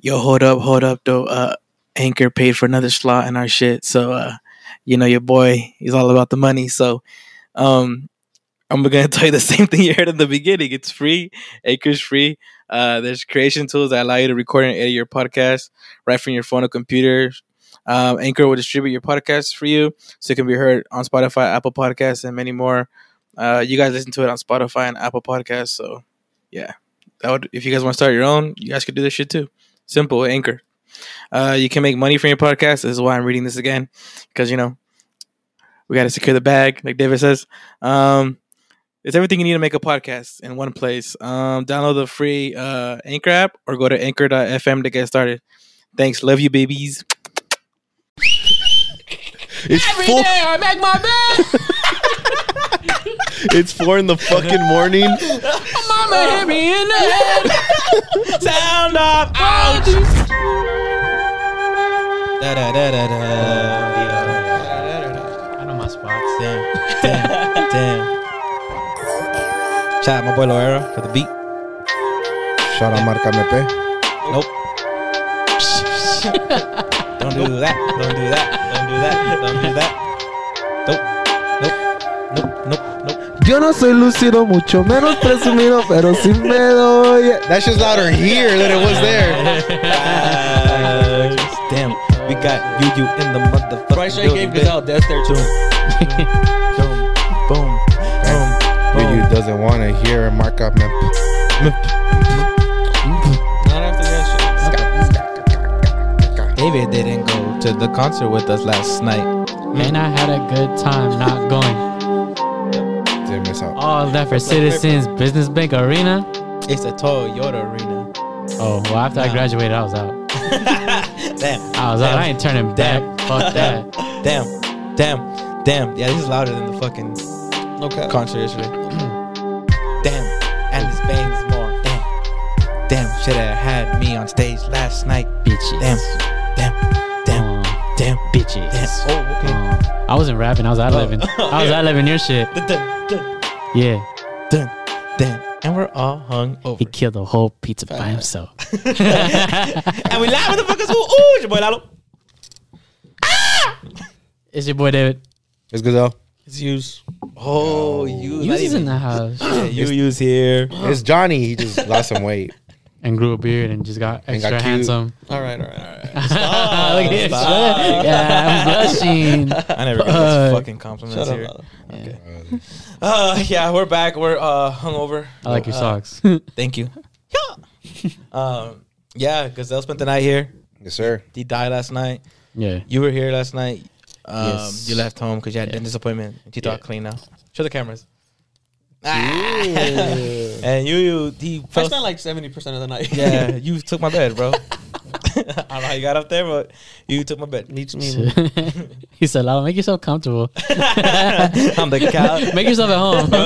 yo, hold up, hold up, though. Uh, Anchor paid for another slot in our shit, so uh, you know your boy, he's all about the money. So, um, I'm gonna tell you the same thing you heard in the beginning. It's free. Anchor's free. Uh, there's creation tools that allow you to record and edit your podcast right from your phone or computer. Um, Anchor will distribute your podcast for you, so it can be heard on Spotify, Apple Podcasts, and many more. Uh, you guys listen to it on Spotify and Apple Podcasts. So, yeah, that would if you guys want to start your own, you guys could do this shit too. Simple, Anchor. Uh, you can make money from your podcast. This is why I'm reading this again, because you know we got to secure the bag, like David says. Um, it's everything you need to make a podcast in one place. Um, download the free uh, Anchor app or go to anchor.fm to get started. Thanks. Love you, babies. It's Every four. day I make my bed. It's four in the fucking morning. Mama hit me in the head. Sound off. I know my spots. Damn. Damn. Damn. Shout out my boy Loera for the beat. Shout out Marca Mepe. Nope. Don't do that. Don't do that. Don't do that. Don't do that. Nope. Nope. Nope. Nope. Nope. Yo no soy lucido, mucho menos presumido, pero sí me doy. That shit's louder here than it was there. Damn, we got you, you in the motherfucking Bryce Ray building, gave Gazelle death there too. bitch. Boom, boom, boom, You boom. doesn't want to hear Marca Mepe. Not after that David didn't go to the concert with us last night. Man, I had a good time not going. Didn't miss out. All that for Citizens Business Bank Arena. It's a Toyota Arena. Oh, well, after I graduated, I was out. Damn, I was out. I ain't turning back. Damn. Fuck that. damn, damn, damn. Yeah, this is louder than the fucking shit. Okay. concert yesterday. damn, Alice bangs more. Damn, damn, should have had me on stage last night. Bitches. Damn, damn, damn, Uh, damn, bitches. damn. Oh, okay. Uh, I wasn't rapping. I was out living. I was out living your shit. Dun, dun, dun. Yeah. dun, dun. And we're all hung He over. killed a whole pizza by himself. and we laugh motherfuckers. Ooh, ooh, it's your boy Lalo. It's your boy David. It's Gazelle. It's used. Oh, you. You was in the house You use here. It's Johnny. He just lost some weight. and grew a beard and just got got extra cute. handsome. All right, all right, all right. Look at stop. this. Yeah, I'm blushing. I never get Uh, those fucking compliments Shut here. up. Uh, yeah, we're back. We're uh hungover. I like your Uh, socks. Thank you. Yeah. um, yeah, Gazelle spent the night here. Yes, sir. He died last night. yeah. You were here last night. Um, Yes. You left home because you had a dentist appointment. You thought clean now. Show the cameras. Ah. and you, you, he I fell spent like seventy percent of the night. Yeah, you took my bed, bro. I don't know how you got up there, but you took my bed. Needs me. he said, "Lalo, make yourself comfortable. I'm the couch. make yourself at home." Bro.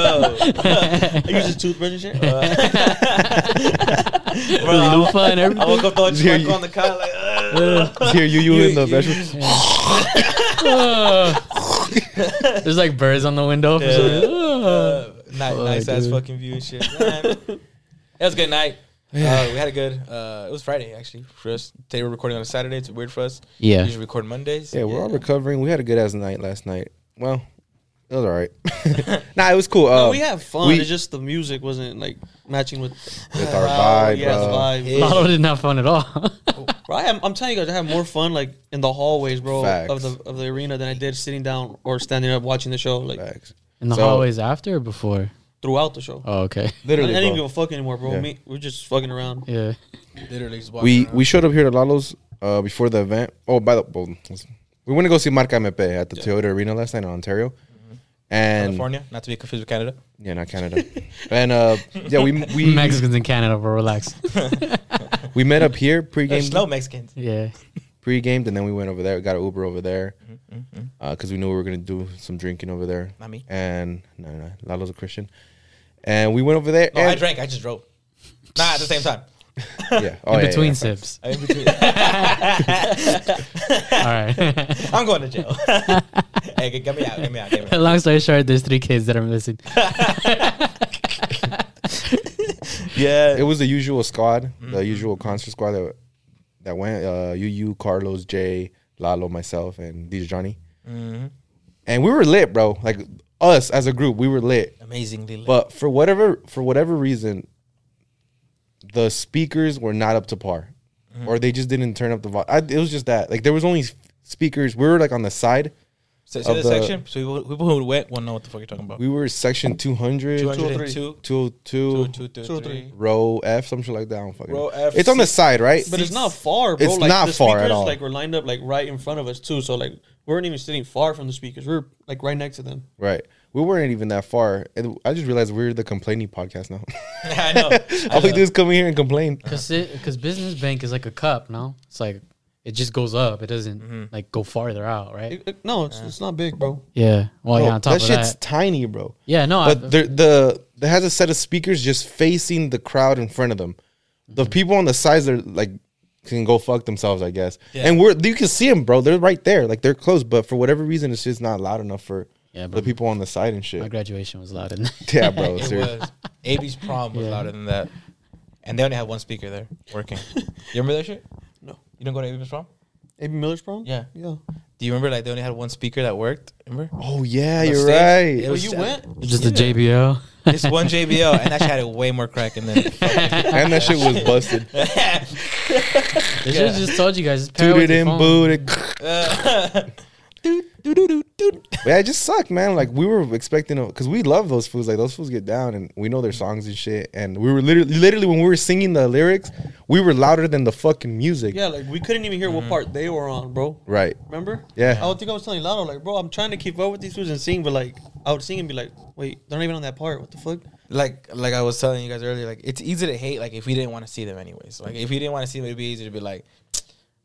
I use his toothbrush and shit. Uh, Bro, I- Loofah and I everything. woke up throwing Yeah, smack you- on the couch like, "Ugh." Here, you, you, in the you- bedroom. Ugh. There's like birds on the window. For Yeah. some reason. Ugh. Uh, nice, nice ass dude. fucking view and shit. Man, it was a good night. Uh, we had a good. Uh, it was Friday actually for us. They were recording on a Saturday. It's weird for us. Yeah. We usually record Mondays. Yeah, we're all recovering. We had a good ass night last night. Well, it was all right. nah, it was cool. Uh, we have fun. we- it's just the music wasn't like matching with with our Oh, vibe, yeah, bro. the vibe. Lalo didn't have fun at all. Bro, I am, I'm telling you guys, I have more fun like in the hallways, bro, of Facts. the of the arena than I did sitting down or standing up watching the show, like Facts. In the So- hallways after or before? throughout the show. Oh, okay. Literally, I didn't bro. give a fuck anymore, bro. Yeah. Me, we're just fucking around. Yeah. literally just walking we around. we showed up here to Lalo's uh, before the event. Oh, by the well, we went to go see Marca Mepe at the Toyota Arena last night in Ontario, and Mm-hmm. California, not to be confused with Canada. yeah, not Canada. and uh, yeah, we we Mexicans in Canada, bro, relax. we met up here There's pregame no Mexicans. yeah. pre-gamed and then we went over there. We got an Uber over there because we knew we were gonna do some drinking over there. Mm-hmm, Not me. And no, no, Lalo's a Christian. And we went over there. No, and, I drank. I just drove. Nah, at the same time. Yeah, oh, in yeah, yeah, between yeah. sips. I'm in between. All right. I'm going to jail. hey, get, get me out. Get me out. Get me out. Long story short, there's three kids that are missing. Yeah. It was the usual squad, the usual concert squad that that went. Uh, UU, Carlos, Jay, Lalo, myself, and DJ Johnny. And we were lit, bro. Like us as a group, we were lit. Amazingly lit. But for whatever for whatever reason, the speakers were not up to par, or they just didn't turn up the volume. It was just that like there was only s- speakers. We were like on the side. So, of so the the- section, so people, people who went will know what the fuck you're talking about. uh, We were section 200, 202, 202, 202, Two, three. row F, some shit like that. I don't fucking Row know. F, It's on the side, right? But it's not far, bro. It's like, not the far at speakers, all. Like we're lined up like right in front of us too. So like we weren't even sitting far from the speakers. We were like right next to them. right. We weren't even that far. And I just realized we're the complaining podcast now. I know. All we do is come here and complain. Because business bank is like a cup, no? It's like it just goes up. It doesn't Mm-hmm. like go farther out, right? It- it- no, it's, it's not big, bro. yeah. Well, Oh, yeah. Bro, On top Oh, that of shit's that, Uh, tiny, bro. yeah. No, I, but there, the there has a set of speakers just facing the crowd in front of them. The people on the sides are like can go fuck themselves, I guess. And we're you can see them, bro. They're right there, like they're close. But for whatever reason, it's just not loud enough for Yeah, bro. the people on the side and my shit. graduation was loud. And Yeah, bro. It seriously. was. AB's prom was Yeah. louder than that. And they only had one speaker there working. You remember that shit? No. You didn't go to AB's prom? AB Miller's prom. Yeah. yeah. Do you remember like they only had one speaker that worked? Remember? Oh yeah, On the you're stage? right. It Well, was Oh, you just- went. just the JBL. It's one JBL, and that shit had it way more cracking than. and that shit was busted. They should have just told you guys. Just pair Tooted with your and phone. booted. Doot, doot, doot, doot, doot. Yeah, it just sucked, man. Like we were expecting, because we love those fools. Like those fools get down, and we know their songs and shit. And we were literally, literally, when we were singing the lyrics, we were louder than the fucking music. Yeah, like we couldn't even hear Mm-hmm. what part they were on, bro. Right. Remember? Yeah. I would think I was telling Lalo, like, bro, I'm trying to keep up with these dudes and sing, but like, I would sing and be like, wait, they're not even on that part. What the fuck? Like, like I was telling you guys earlier, like it's easy to hate. Like if we didn't want to see them anyways, like if you didn't want to see them, it'd be easy to be like,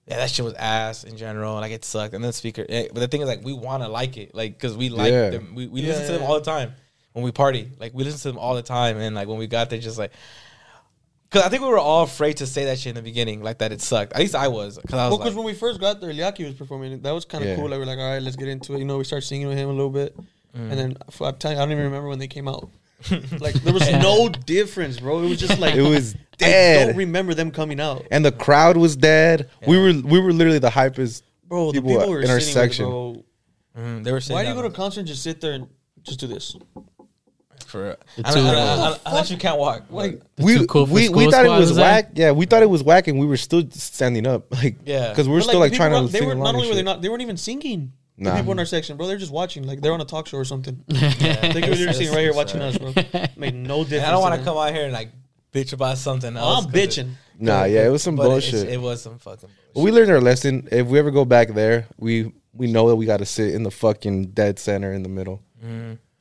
yeah, that shit was ass in general. Like it sucked. And then the speaker, eh, but the thing is, like we want to like it, like because we like Yeah. them. We, we Yeah, listen to them yeah, all the time when we party. Like we listen to them all the time, and like when we got there, just like. Cause I think we were all afraid to say that shit in the beginning, like that it sucked. At least I was, cause I was Well, because when like, we first got there, Liaki was performing. That was kind of Yeah. cool. Like, we're like, all right, let's get into it. You know, we start singing with him a little bit, Mm. and then f- I'm telling you, I don't even remember when they came out. like, there was no difference, bro. It was just like It was I don't dead, remember them coming out, and the crowd was dead. We were, we were literally the hypest. bro. The People people, were were in our sitting with, section. bro. mm, they were saying, Why do you go to a concert and just sit there and just do this? for The I two don't- I of don't- us. I don't- unless you can't walk? Like, The we Too Cool for we, we School thought it squad was was there? whack. Yeah, we thought it was whack, and we were still standing up, like Yeah. because we were But, still the like people trying were- to They sing were along. not and only were they shit. not, they weren't even singing. Nah. The people in our section, bro, they're just watching. Like they're on a talk show or something. they were literally sitting right here watching us, bro. Made no difference. And I don't want them. to come out here and like bitch about something Oh, else. I'm 'cause bitching. Nah, yeah, it was some but it's- bullshit. It was some fucking. Bullshit. we learned our lesson. If we ever go back there, we we know that we got to sit in the fucking dead center in the middle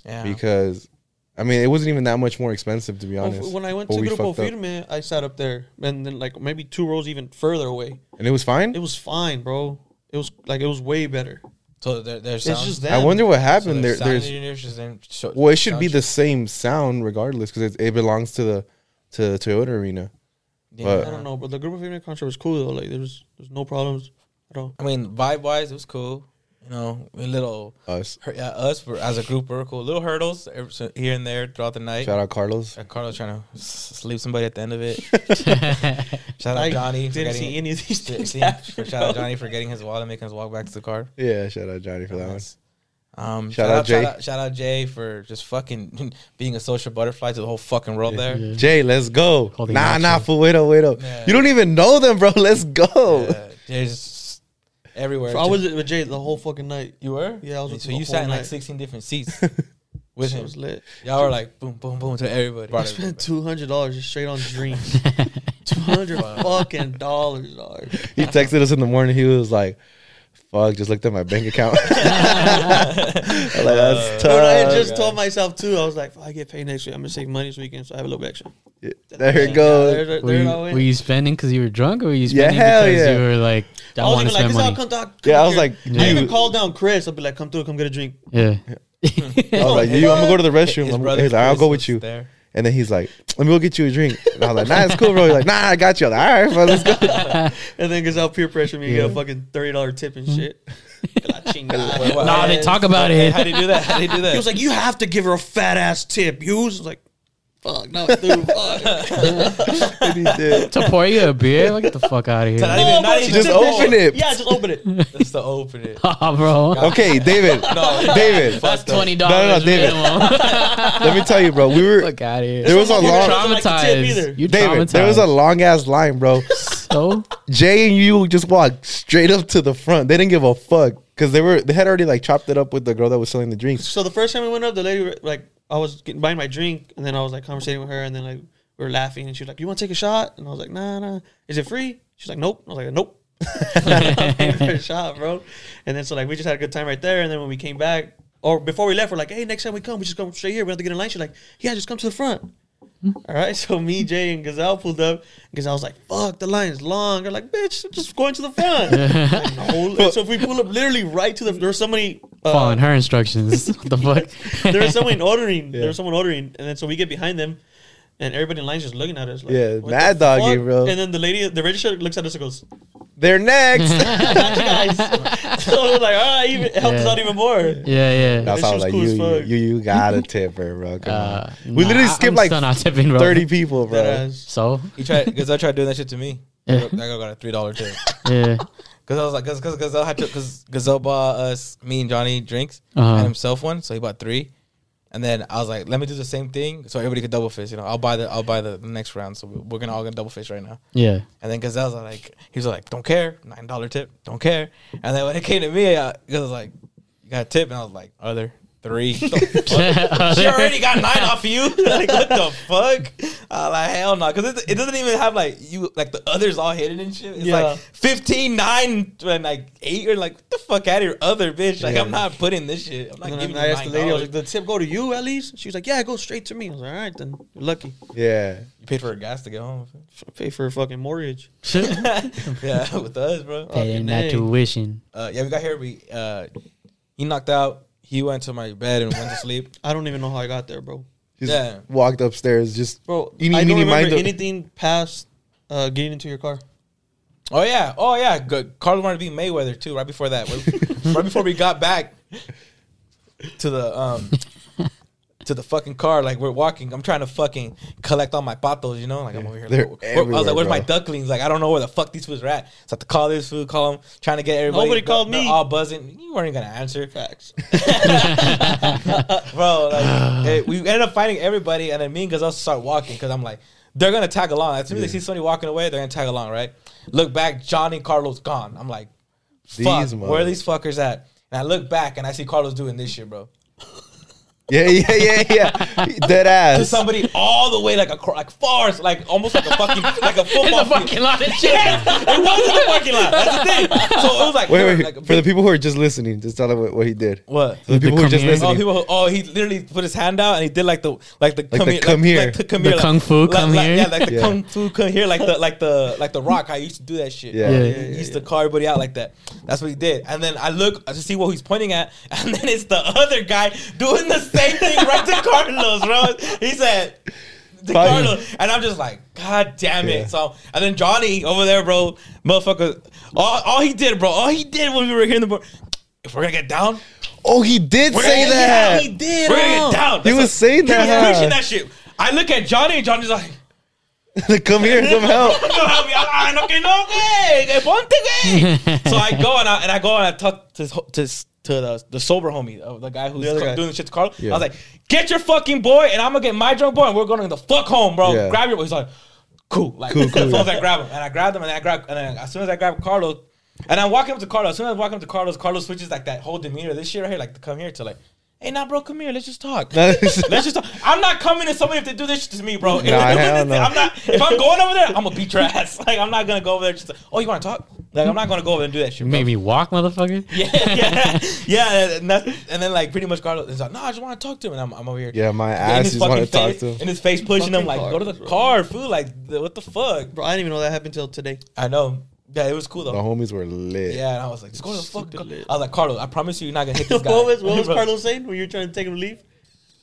Yeah. because, I mean, it wasn't even that much more expensive to be Well, f- honest. when I went but to we Grupo fucked up. Firme, I sat up there, and then like maybe two rows even further away. and it was fine. It was fine, bro. It was like it was way better. so there, there's It's sound. just that. I wonder what so happened. there, sound there's engineers just didn't show- well, it should be sound the same sound regardless because it, it belongs to the to the Toyota Arena. check. but- I don't know, but the Grupo Firme concert was cool though. Like there was there's no problems at all. I mean, vibe wise, it was cool. You know, a little Us hur- yeah, us we're- as a group we were cool. Little hurdles every- so here and there throughout the night. shout out Carlos. And Carlos trying to s- sleep somebody at the end of it. Shout out I Johnny. for didn't getting- see any of these see- things. see- happen, Shout out bro. Johnny for getting his wallet, and making us walk back to the car. Yeah, shout out Johnny for that one. Nice. Um, Shout shout, out out, Jay. Shout out, shout out Jay for just fucking being a social butterfly to the whole fucking world there. Yeah. Jay, let's go. Holding Nah, action. nah, fool, wait up, wait up. Yeah. You don't even know them, bro. Let's go. Uh, Jay's everywhere. Bro, I was with Jay the whole fucking night. you were? Yeah, I was with So him the you whole sat in like night. 16 different seats with It him. was lit. Y'all were like boom, boom, boom to everybody. I spent two hundred dollars just straight on drinks. two hundred fucking dollars, dog. He texted us in the morning. He was like, "Fuck, just looked at my bank account." I'm like Uh, that's But I had tough. just told myself too. I was like, if I get paid next week, I'm gonna save money this weekend, so I have a little bit extra. There it Yeah, goes. there- Were there you, I went. were you spending because you were drunk, or were you Yeah, spending hell because yeah. you were like, I, I was want even to like, spend this money? come down. Yeah, I was like, I even dude. called down Chris. I'll be like, come through, come get a drink. yeah. I was like, "You, I'm gonna go to the restroom." His I'm, brother he's like, "I'll Chris go was with you." There. And then he's like, "Let me go get you a drink." And I was like, "Nah, it's cool, bro." He's like, "Nah, I got you." I'm like, All right, bro, let's go. And then gets out peer pressure me, get a fucking thirty dollar tip Hmm. and shit. Wait, what? He Nah, they talk about it. How do you do that? How do you do that? was like, you have to give her a fat ass tip. You was like, fuck, no, dude, fuck. And he did. to pour you a beer? Like, get the fuck out of Not here. even- not but even- Just open it. Yeah, just open it. That's the open it. Aw, bro. Okay, David. No, David. That's $20 No, no, no, David. Let me tell you, bro. We were fuck out of here. there was a You're long trying- like the tip either. traumatized. You David. traumatized. There was a long ass line, bro. so Jay and you just walked straight up to the front. They didn't give a fuck because they were they had already like chopped it up with the girl that was selling the drinks. So the first time we went up, the lady like I was getting, buying my drink, and then I was like conversating with her, and then like we were laughing, and she was like, "You want to take a shot?" And I was like, "Nah, nah." Is it free? She's like, "Nope." I was like, "Nope." I'm paying for a shot, bro. And then so like we just had a good time right there, and then when we came back. Or before we left, we're like, "Hey, next time we come, we just come straight here. We don't have to get in line." She's like, "Yeah, just come to the front." All right, so me, Jay, and Gazelle pulled up. Gazelle was like, "Fuck, the line's long." They're like, "Bitch, just going to the front." Like, no. So if we pull up literally right to the, there's somebody uh, following her instructions. what the fuck? there was someone ordering. There was someone ordering, and then so we get behind them, and everybody in line's just looking at us. Like, Yeah, "What mad the doggy, fuck?" bro. And then the lady, the register, looks at us and goes, They're next. "Got you guys." so we're like, "All right," even it helped us Yeah. out even more. Yeah, yeah. That's how I was That like, shit was you, cool as you, fuck. you, you got a tipper, bro. Come Uh, on. We nah, literally I- skipped I'm like still not tipping, bro. 30 people, bro. That ass. So He tried because I tried doing that shit to me. I Yeah. got I got a three dollar tip yeah, because I was like, because Gazelle had to because Gazelle bought us me and Johnny drinks Uh-huh. and himself one, so he bought three. And then I was like, let me do the same thing so everybody could double fist. You know, I'll buy the I'll buy the, the next round. So we- we're gonna all gonna double fist right now. yeah. And then Gazelle's like, he was like, don't care, nine dollar tip, don't care. And then when it came to me, I it was like, you got a tip, and I was like, other three. The fuck? she already got nine off you. like what the fuck? I was like hell no, because it, it doesn't even have like you like the others all hidden and shit. It's Yeah. like 15, 9, and like eight. Or like what the fuck out of your other bitch. Like I'm not putting this shit. I'm not And giving then you I asked nine the lady, I was like, dollars. "The tip go to you at least?" She was like, "Yeah, it goes straight to me." I was like, "All right, then you're lucky. Yeah. You paid for a gas to get home. F- pay for a fucking mortgage." yeah, with us, bro. Paying Fucking A. that tuition. uh, yeah, we got here. We uh, he knocked out. He went to my bed and went to sleep. I don't even know how I got there, bro. Just Yeah. walked upstairs. Just Bro, Eeny, I don't meeny, remember miny, moe. anything past uh, getting into your car. Oh yeah, oh yeah. Good. Carlos wanted to be Mayweather too. Right before that, right, right before we got back to the um to the fucking car, like we're walking. I'm trying to fucking collect all my patos, you know. Like I'm over here. They're like, where- I was like, everywhere, "Where's my bro. ducklings?" Like I don't know where the fuck these fools are at. So I have to call this food, call him, trying to get everybody. Nobody They're- called me. they're All buzzing. You weren't gonna answer. Facts. bro. Like, it- we ended up fighting everybody, and then me and Gazelle start walking because I'm like, they're gonna tag along. As soon as they see somebody walking away, they're gonna tag along, right? Look back, Johnny Carlos gone. I'm like, fuck, These where are these fuckers at? And I look back and I see Carlos doing this shit, bro. yeah, yeah, yeah, yeah. Dead To ass. somebody all the way like a like far, like almost like a fucking like a football. It's a field. fucking lot of shit. It was in the parking lot. That's the thing. So it was like, Wait, wait. like a for the people who are just listening, just tell them what, what he did. what? For the people who are come just here. Oh, listening. people! Who, oh, he literally put his hand out and he did like the like the the come like, here. like the come The here, like- kung fu like- come like- here. yeah, like the Yeah. kung fu come here, like the like the like the rock. I used to do that shit. Yeah. Yeah. He used to call everybody out like that. That's what he did. And then I look to see what he's pointing at, and then it's the other guy doing the same thing right to Carlos, bro. He said. To Fine. Carlos, and I'm just like, God damn it! Yeah. So, and then Johnny over there, bro, motherfucker, all, all he did, bro, all he did when we were here in the board, if we're gonna get down, Oh, he did we're say gonna- that. yeah, he did. We're gonna get down. He That's was a- saying He was that. preaching that shit. I look at Johnny, and Johnny's like, come here, come help. "Come help me!" I'm like, "Okay, ah, no way, que ponte, güey." So I go and I and I go and I talk to to to the, the sober homie, uh, the guy who's other co- guy. doing the shit to Carlos. Yeah. I was like, "Get your fucking boy, and I'm gonna get my drunk boy, and we're going to the fuck home, bro. Yeah. Grab your." He's like, "Cool, like." Cool, cool, so I was yeah. like, "Grab him," and I grabbed him, and I grabbed, and then as soon as I grabbed Carlos. And I'm walking up to Carlos. As soon as I walk up to Carlos, Carlos switches like that whole demeanor, this shit right here, like to come here to like, hey, now, bro, come here, let's just talk. Let's just. I'm not coming to somebody if they do this shit to me, bro. If Nah, they do hell this- no. I'm not. If I'm going over there, I'm gonna beat your ass. Like I'm not gonna go over there just. To, oh, you want to talk? Like I'm not gonna go over there and do that shit. You Bro. made me walk, motherfucker. Yeah, yeah, yeah. And, that's, and then like pretty much Carlos is like, no, I just want to talk to him, and I'm, I'm over here. yeah, my In ass. his Just want fucking to talk face, to him. in his face, pushing him like, Fucking go to the Carlos, bro. car, fool. Like, the, what the fuck? Bro, I didn't even know that happened till today. I know. Yeah, it was cool The though. homies were lit. Yeah, and I was like, just go to the fuck. Stupid I lit. was like, Carlos, I promise you, you're not gonna hit this what guy. was, what was Bro. Carlos saying when you were trying to take him to leave?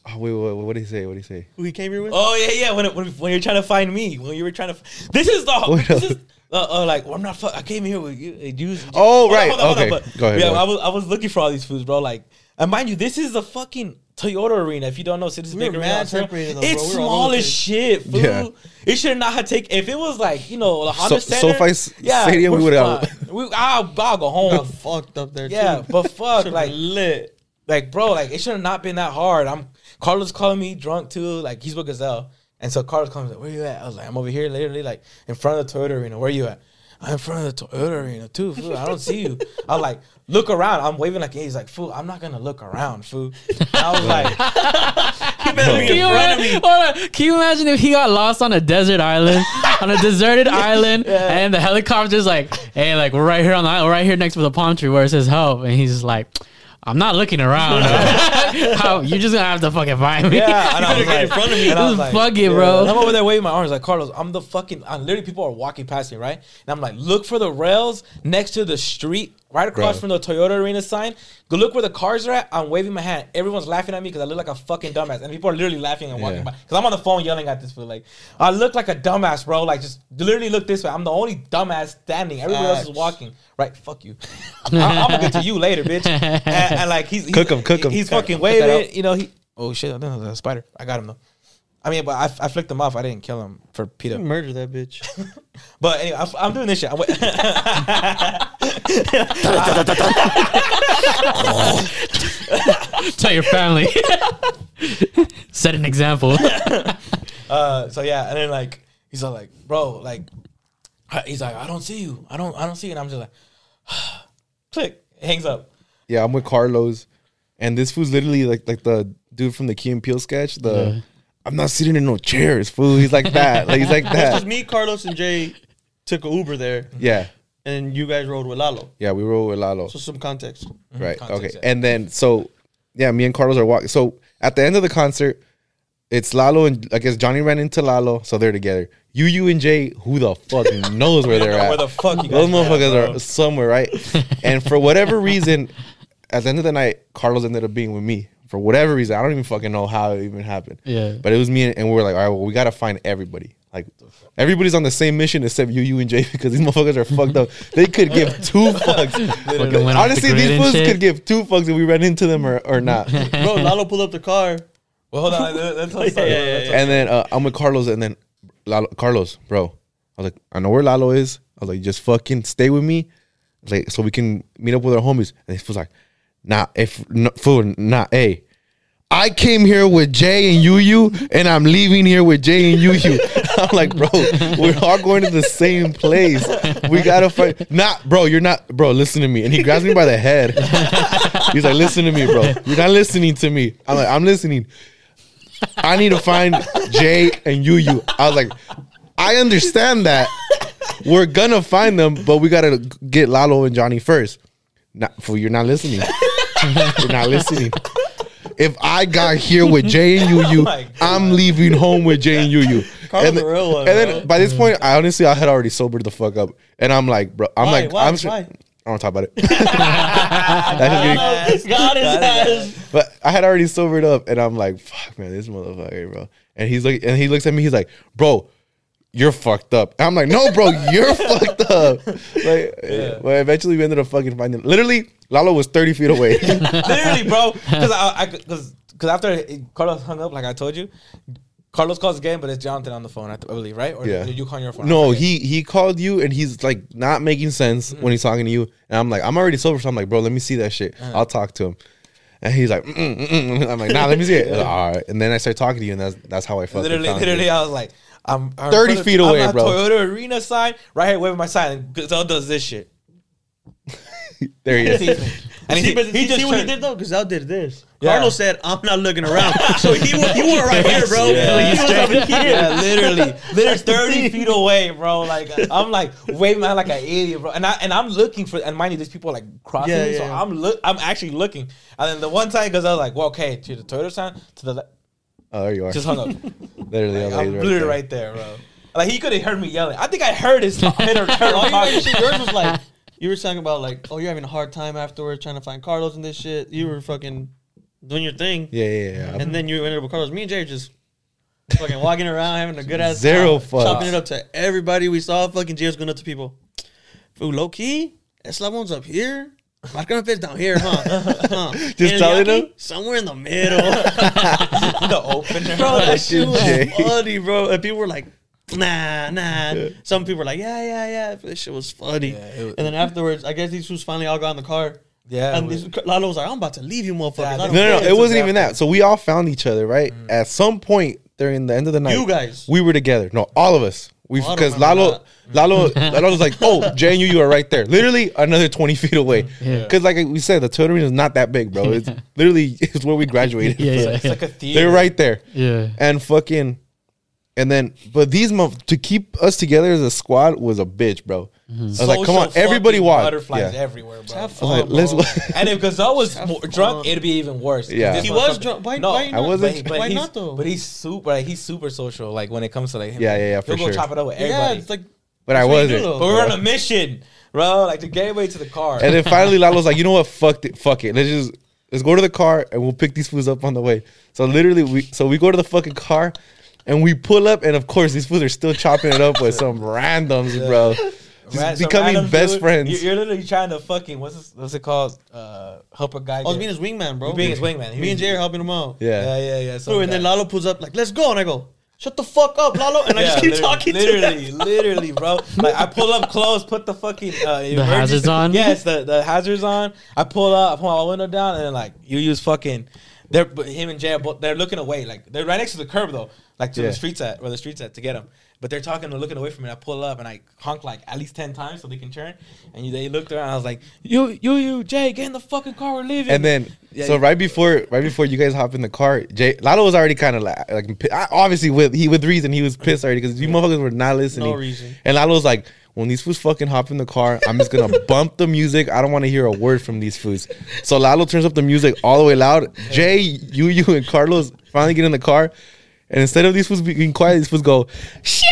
Oh, wait, wait, what did he say? What did he say? Who he came here with? Oh yeah, yeah. When, it- when when you're trying to find me, when you were trying to, f- this is the What this is, up? Uh, uh, like well, I'm not. Fuck, I came here with you. and you Oh, Hold on, right. hold on, hold on, Okay. but- Go ahead, Yeah, go ahead. I was I was looking for all these foods, bro. Like, and mind you, this is the fucking Toyota Arena. If you don't know Citizen We were Bank mad Arena, Ontario, separated, though, it's bro. We were all small over the as shit. Food. Yeah. It should not have taken. If it was like you know the Honda So- Center, SoFi s- Stadium, we we're would've- fine. We I'll, I'll go home. Got fucked up there. yeah, too. but fuck, Should've like been lit. like bro, like it should have not been that hard. I'm Carlos calling me drunk too. Like he's with Gazelle, and so Carlos comes like, "Where you at?" I was like, "I'm over here, literally like in front of the Toyota Arena. Where you at?" I'm in front of the Toyota Arena too. Fool. I don't see you. I was like, "Look around." I'm waving like, hey, "He's like, fool, I'm not gonna look around, fool." And I was like, "You better be Can in you, front of imagine, me." hold on. Can you imagine if he got lost on a desert island, on a deserted island, and the helicopter's like, "Hey, like we're right here on the island, we're right here next to the palm tree where it says help," and he's just like, "I'm not looking around. How, you're just gonna have to fucking find me." Yeah, and I was like, in front of me. This is fuck it, bro. I'm over there waving my arms like Carlos. I'm the fucking. I'm literally people are walking past me, right? And I'm like, look for the rails next to the street, right Bro. across from the Toyota Arena sign. Go look where the cars are at. I'm waving my hand. Everyone's laughing at me because I look like a fucking dumbass, and people are literally laughing and walking Yeah. by because I'm on the phone yelling at this fool. Like, I look like a dumbass, bro. Like, just literally look this way. I'm the only dumbass standing. Everybody else is Facts. walking. Right? Fuck you. I'm, I'm gonna get to you later, bitch. And, and like, he's, he's Cook 'em, cook 'em. He's fucking waving. You know, he. Oh shit! I think that was a spider. I got him though. I mean, but I, I flicked him off. I didn't kill him for You Peter. murder that bitch. But anyway, I'm, I'm doing this shit. I'm, wa- Tell your family. Set an example. uh, so yeah, and then like he's all like, bro, like I- he's like, I don't see you. I don't. I don't see you. And I'm just like, click. Hangs up. Yeah, I'm with Carlos, and this fool's literally like like the dude from the Key and Peele sketch. The I'm not sitting in no chairs, fool. He's like that. Like he's like Because that. me, Carlos, and Jay took a Uber there, Yeah, and you guys rode with Lalo. yeah. We roll with Lalo. So some context. right Context, okay Mm-hmm. yeah. and then so yeah me and carlos are walking so at the end of the concert it's lalo and i guess johnny ran into lalo so they're together you you and jay who the fuck knows where they're at Where the fuck you those guys? motherfuckers are somewhere right and for whatever reason at the end of the night carlos ended up being with me for whatever reason i don't even fucking know how it even happened Yeah. but it was me and, and we were like all right well we gotta find everybody like everybody's on the same mission except you, you and Jay because these motherfuckers are fucked up. They could give two fucks. Fucking went off the Honestly, grid these and fools shit. could give two fucks if we ran into them or, or not. and Bro, Lalo pulled up the car. Well, hold on. That's what Yeah, yeah, yeah. then uh, I'm with Carlos, and then Lalo, Carlos, bro. I was like, I know where Lalo is. I was like, just fucking stay with me, like so we can meet up with our homies. And he was like, Nah, if no, fool, nah, hey. I came here with Jay and Yu and I'm leaving here with Jay and Yu I'm like, bro, we're all going to the same place. We gotta fight. Not, bro, you're not, bro. Listen to me. And he grabs me by the head. He's like, listen to me, bro. You're not listening to me. I'm like, I'm listening. I need to find Jay and Yu Yu. I was like, I understand that. We're gonna find them, but we gotta get Lalo and Johnny first. Not, fool, you're not listening. you're not listening. If I got here with Jay and Yu Oh Yu, my I'm leaving home with Jay and Yu Yu. Carl's and, a real one, and then bro. by this point, I honestly I had already sobered the fuck up, and I'm like, bro, I'm Why? like, Why? I'm sure- Why? I don't talk about it. That's just getting- God is but I had already sobered up, and I'm like, "Fuck, man, this motherfucker, bro." And he's like, and he looks at me, he's like, "Bro, you're fucked up." And I'm like, "No, bro, you're fucked up." Like, but eventually we ended up fucking finding. Literally, Lalo was 30 feet away. literally, bro. Because I, I, because after it- Carlos hung up, like I told you, Carlos calls again, but it's Jonathan on the phone, I, th- I believe, right? Or Yeah. did you call your phone? no, Okay. he he called you, and he's like not making sense when he's talking to you. And I'm like, I'm already sober, so I'm like, bro, let me see that shit. Uh-huh. I'll talk to him. And he's like, mm-mm, mm-mm. I'm like, nah, let me see it. All right. And then I start talking to you, and that's that's how I fucking literally, found you. literally, I was like, I'm, I'm 30 I'm feet at away, bro. Toyota Arena sign, right here, waving my sign, and Gazelle does this shit. There he is. Sees me. and See, he, but he he just see what he turned- did though, because I did this. Yeah. Carlos said, "I'm not looking around," so he wa- he went right here, bro. Yeah. He was over here. Yeah, literally, literally thirty feet away, bro. Like I'm like waving my hand like an idiot, bro. And I and I'm looking for and mind you, these people are like crossing, Yeah, me, yeah, so yeah. I'm look, I'm actually looking. And then the one time, because I was like, well, okay, to the Toyota sign, to the left, Oh, there you are. just hung up. Literally, Like, all I'm these literally there. right there, bro. Like he could have heard me yelling. I think I heard his middle turn All you talking. guys- yours was like you were talking about like, oh, you're having a hard time afterwards trying to find Carlos and this shit. You were fucking doing your thing, Yeah, yeah, yeah. and then you ended up with Carlos. Me and Jay just fucking walking around having a good ass Zero time, chopping fucks. it up to everybody we saw. Fucking Jay was going up to people. Food low key. Eslamon's up here. Marcanofe's down here, huh? huh. Just telling Teriyaki? him? somewhere in the middle. the opener. bro, that shit was Jay. funny, bro. And people were like, nah, nah. Some people were like, yeah, yeah, yeah. But This shit was funny. it was- and then afterwards, I guess these fools finally all got in the car. Yeah, and we- this, Lalo was like, I'm about to leave you motherfuckers. I Yeah, don't No, no, no. care." It wasn't even that. So we all found each other, right? At some point during the end of the night, You guys. we were together. No, all of us. We Oh, I don't because remember Lalo, Lalo, Lalo was like, "Oh, Jan, you, you are right there. Literally another twenty feet away." Yeah. Because like we said, the tutoring is not that big, bro. It's literally it's where we graduated. Yeah, yeah, It's yeah. like a theater. They're right there. yeah. and fucking and then but these month to keep us together as a squad was a bitch bro i was like come Social on everybody fucking watch Butterflies yeah. everywhere, Have bro. I was fun, like, let's bro. wa- And if Gazelle was Have more fun. drunk, it'd be even worse. 'Cause Yeah. this He was motherfucker- drunk. Why- no, why I not? wasn't- But, but Why he's, not, though? But he's super. Like he's super social. Like when it comes to like him, Yeah, like, yeah, yeah, for He'll go sure. chop it up with Yeah, everybody. it's like, but i That's what you wasn't do, though. but we're on a mission, bro. Like the gateway to the car. and then finally lalo's like you know what fuck it fuck it let's just let's go to the car and we'll pick these fools up on the way so literally we so we go to the fucking car and we pull up and of course these fools are still chopping it up with some randoms bro just Right, some becoming random best dude- friends You're, you're literally trying to fucking what's this, what's it called? Uh, help a guy. I was get- being his wingman, bro. You're being his wingman. Me and Jay are helping him out. yeah. yeah, yeah, yeah. some Bro, and guy. then Lalo pulls up, like, let's go. And I go, shut the fuck up, Lalo. And I just keep literally- talking Literally, to him. literally, bro. Like I pull up close, put the fucking uh, emergency- hazards on? Yes, the, the hazards on. I pull up, I pull my window down, and then like you use fucking. They're but him and Jay. are both They're looking away. Like they're right next to the curb though, like to Yeah. the streets at where the streets at to get them. But they're talking and looking away from me. and I pull up and I honk like at least ten times so they can turn. And they looked around. I was like, "You, you, you, Jay, get in the fucking car. We're leaving." And then, Yeah, so yeah. right before, right before you guys hop in the car, Jay Lalo was already kind of like, like pi- I- obviously with he with reason he was pissed already because you motherfuckers were not listening. No reason. And Lalo was like, when these fools fucking hop in the car, I'm just gonna bump the music. I don't want to hear a word from these fools. So Lalo turns up the music all the way loud. Jay, you, you, and Carlos finally get in the car, and instead of these fools being quiet, these fools go. "Shh."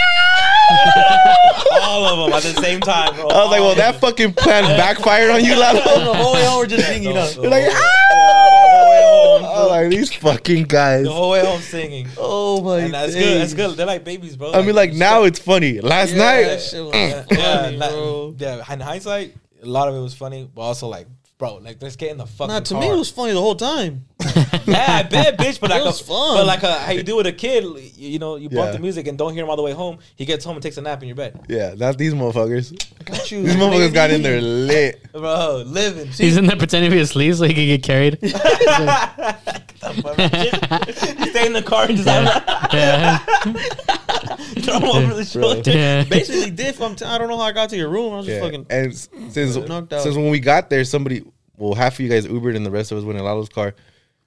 all of them at the same time. Bro. I was like, well, that fucking plan backfired on you, Lalo. The whole way home, we're just singing, you know. You're Oh, like, ah! the whole way home. I was like these fucking guys. oh, The whole way home singing. Oh my! And that's days. good. That's good. They're like babies, bro. I mean, like now it's funny. Last That night, shit was yeah, funny, like- bro. yeah. In hindsight, a lot of it was funny, but also like, bro, like let's get in the fucking. Nah, to car. me, it was funny the whole time. yeah, I bet, bitch. But like, was a, fun. but like, a, how you do with a kid? You, you know, you bump Yeah. the music and don't hear him all the way home. He gets home and takes a nap in your bed, yeah, not these motherfuckers. Got you. These motherfuckers got in there lit. bro. Living. See, He's in there pretending to be asleep so he could get carried. stay in the car and just yeah. throw him over the shoulder. Yeah. Basically, diff. I'm t- I don't know how I got to your room. I was just Yeah. fucking. And s- since Knocked out. since when we got there, somebody, well, half of you guys Ubered and the rest of us went in Lalo's car.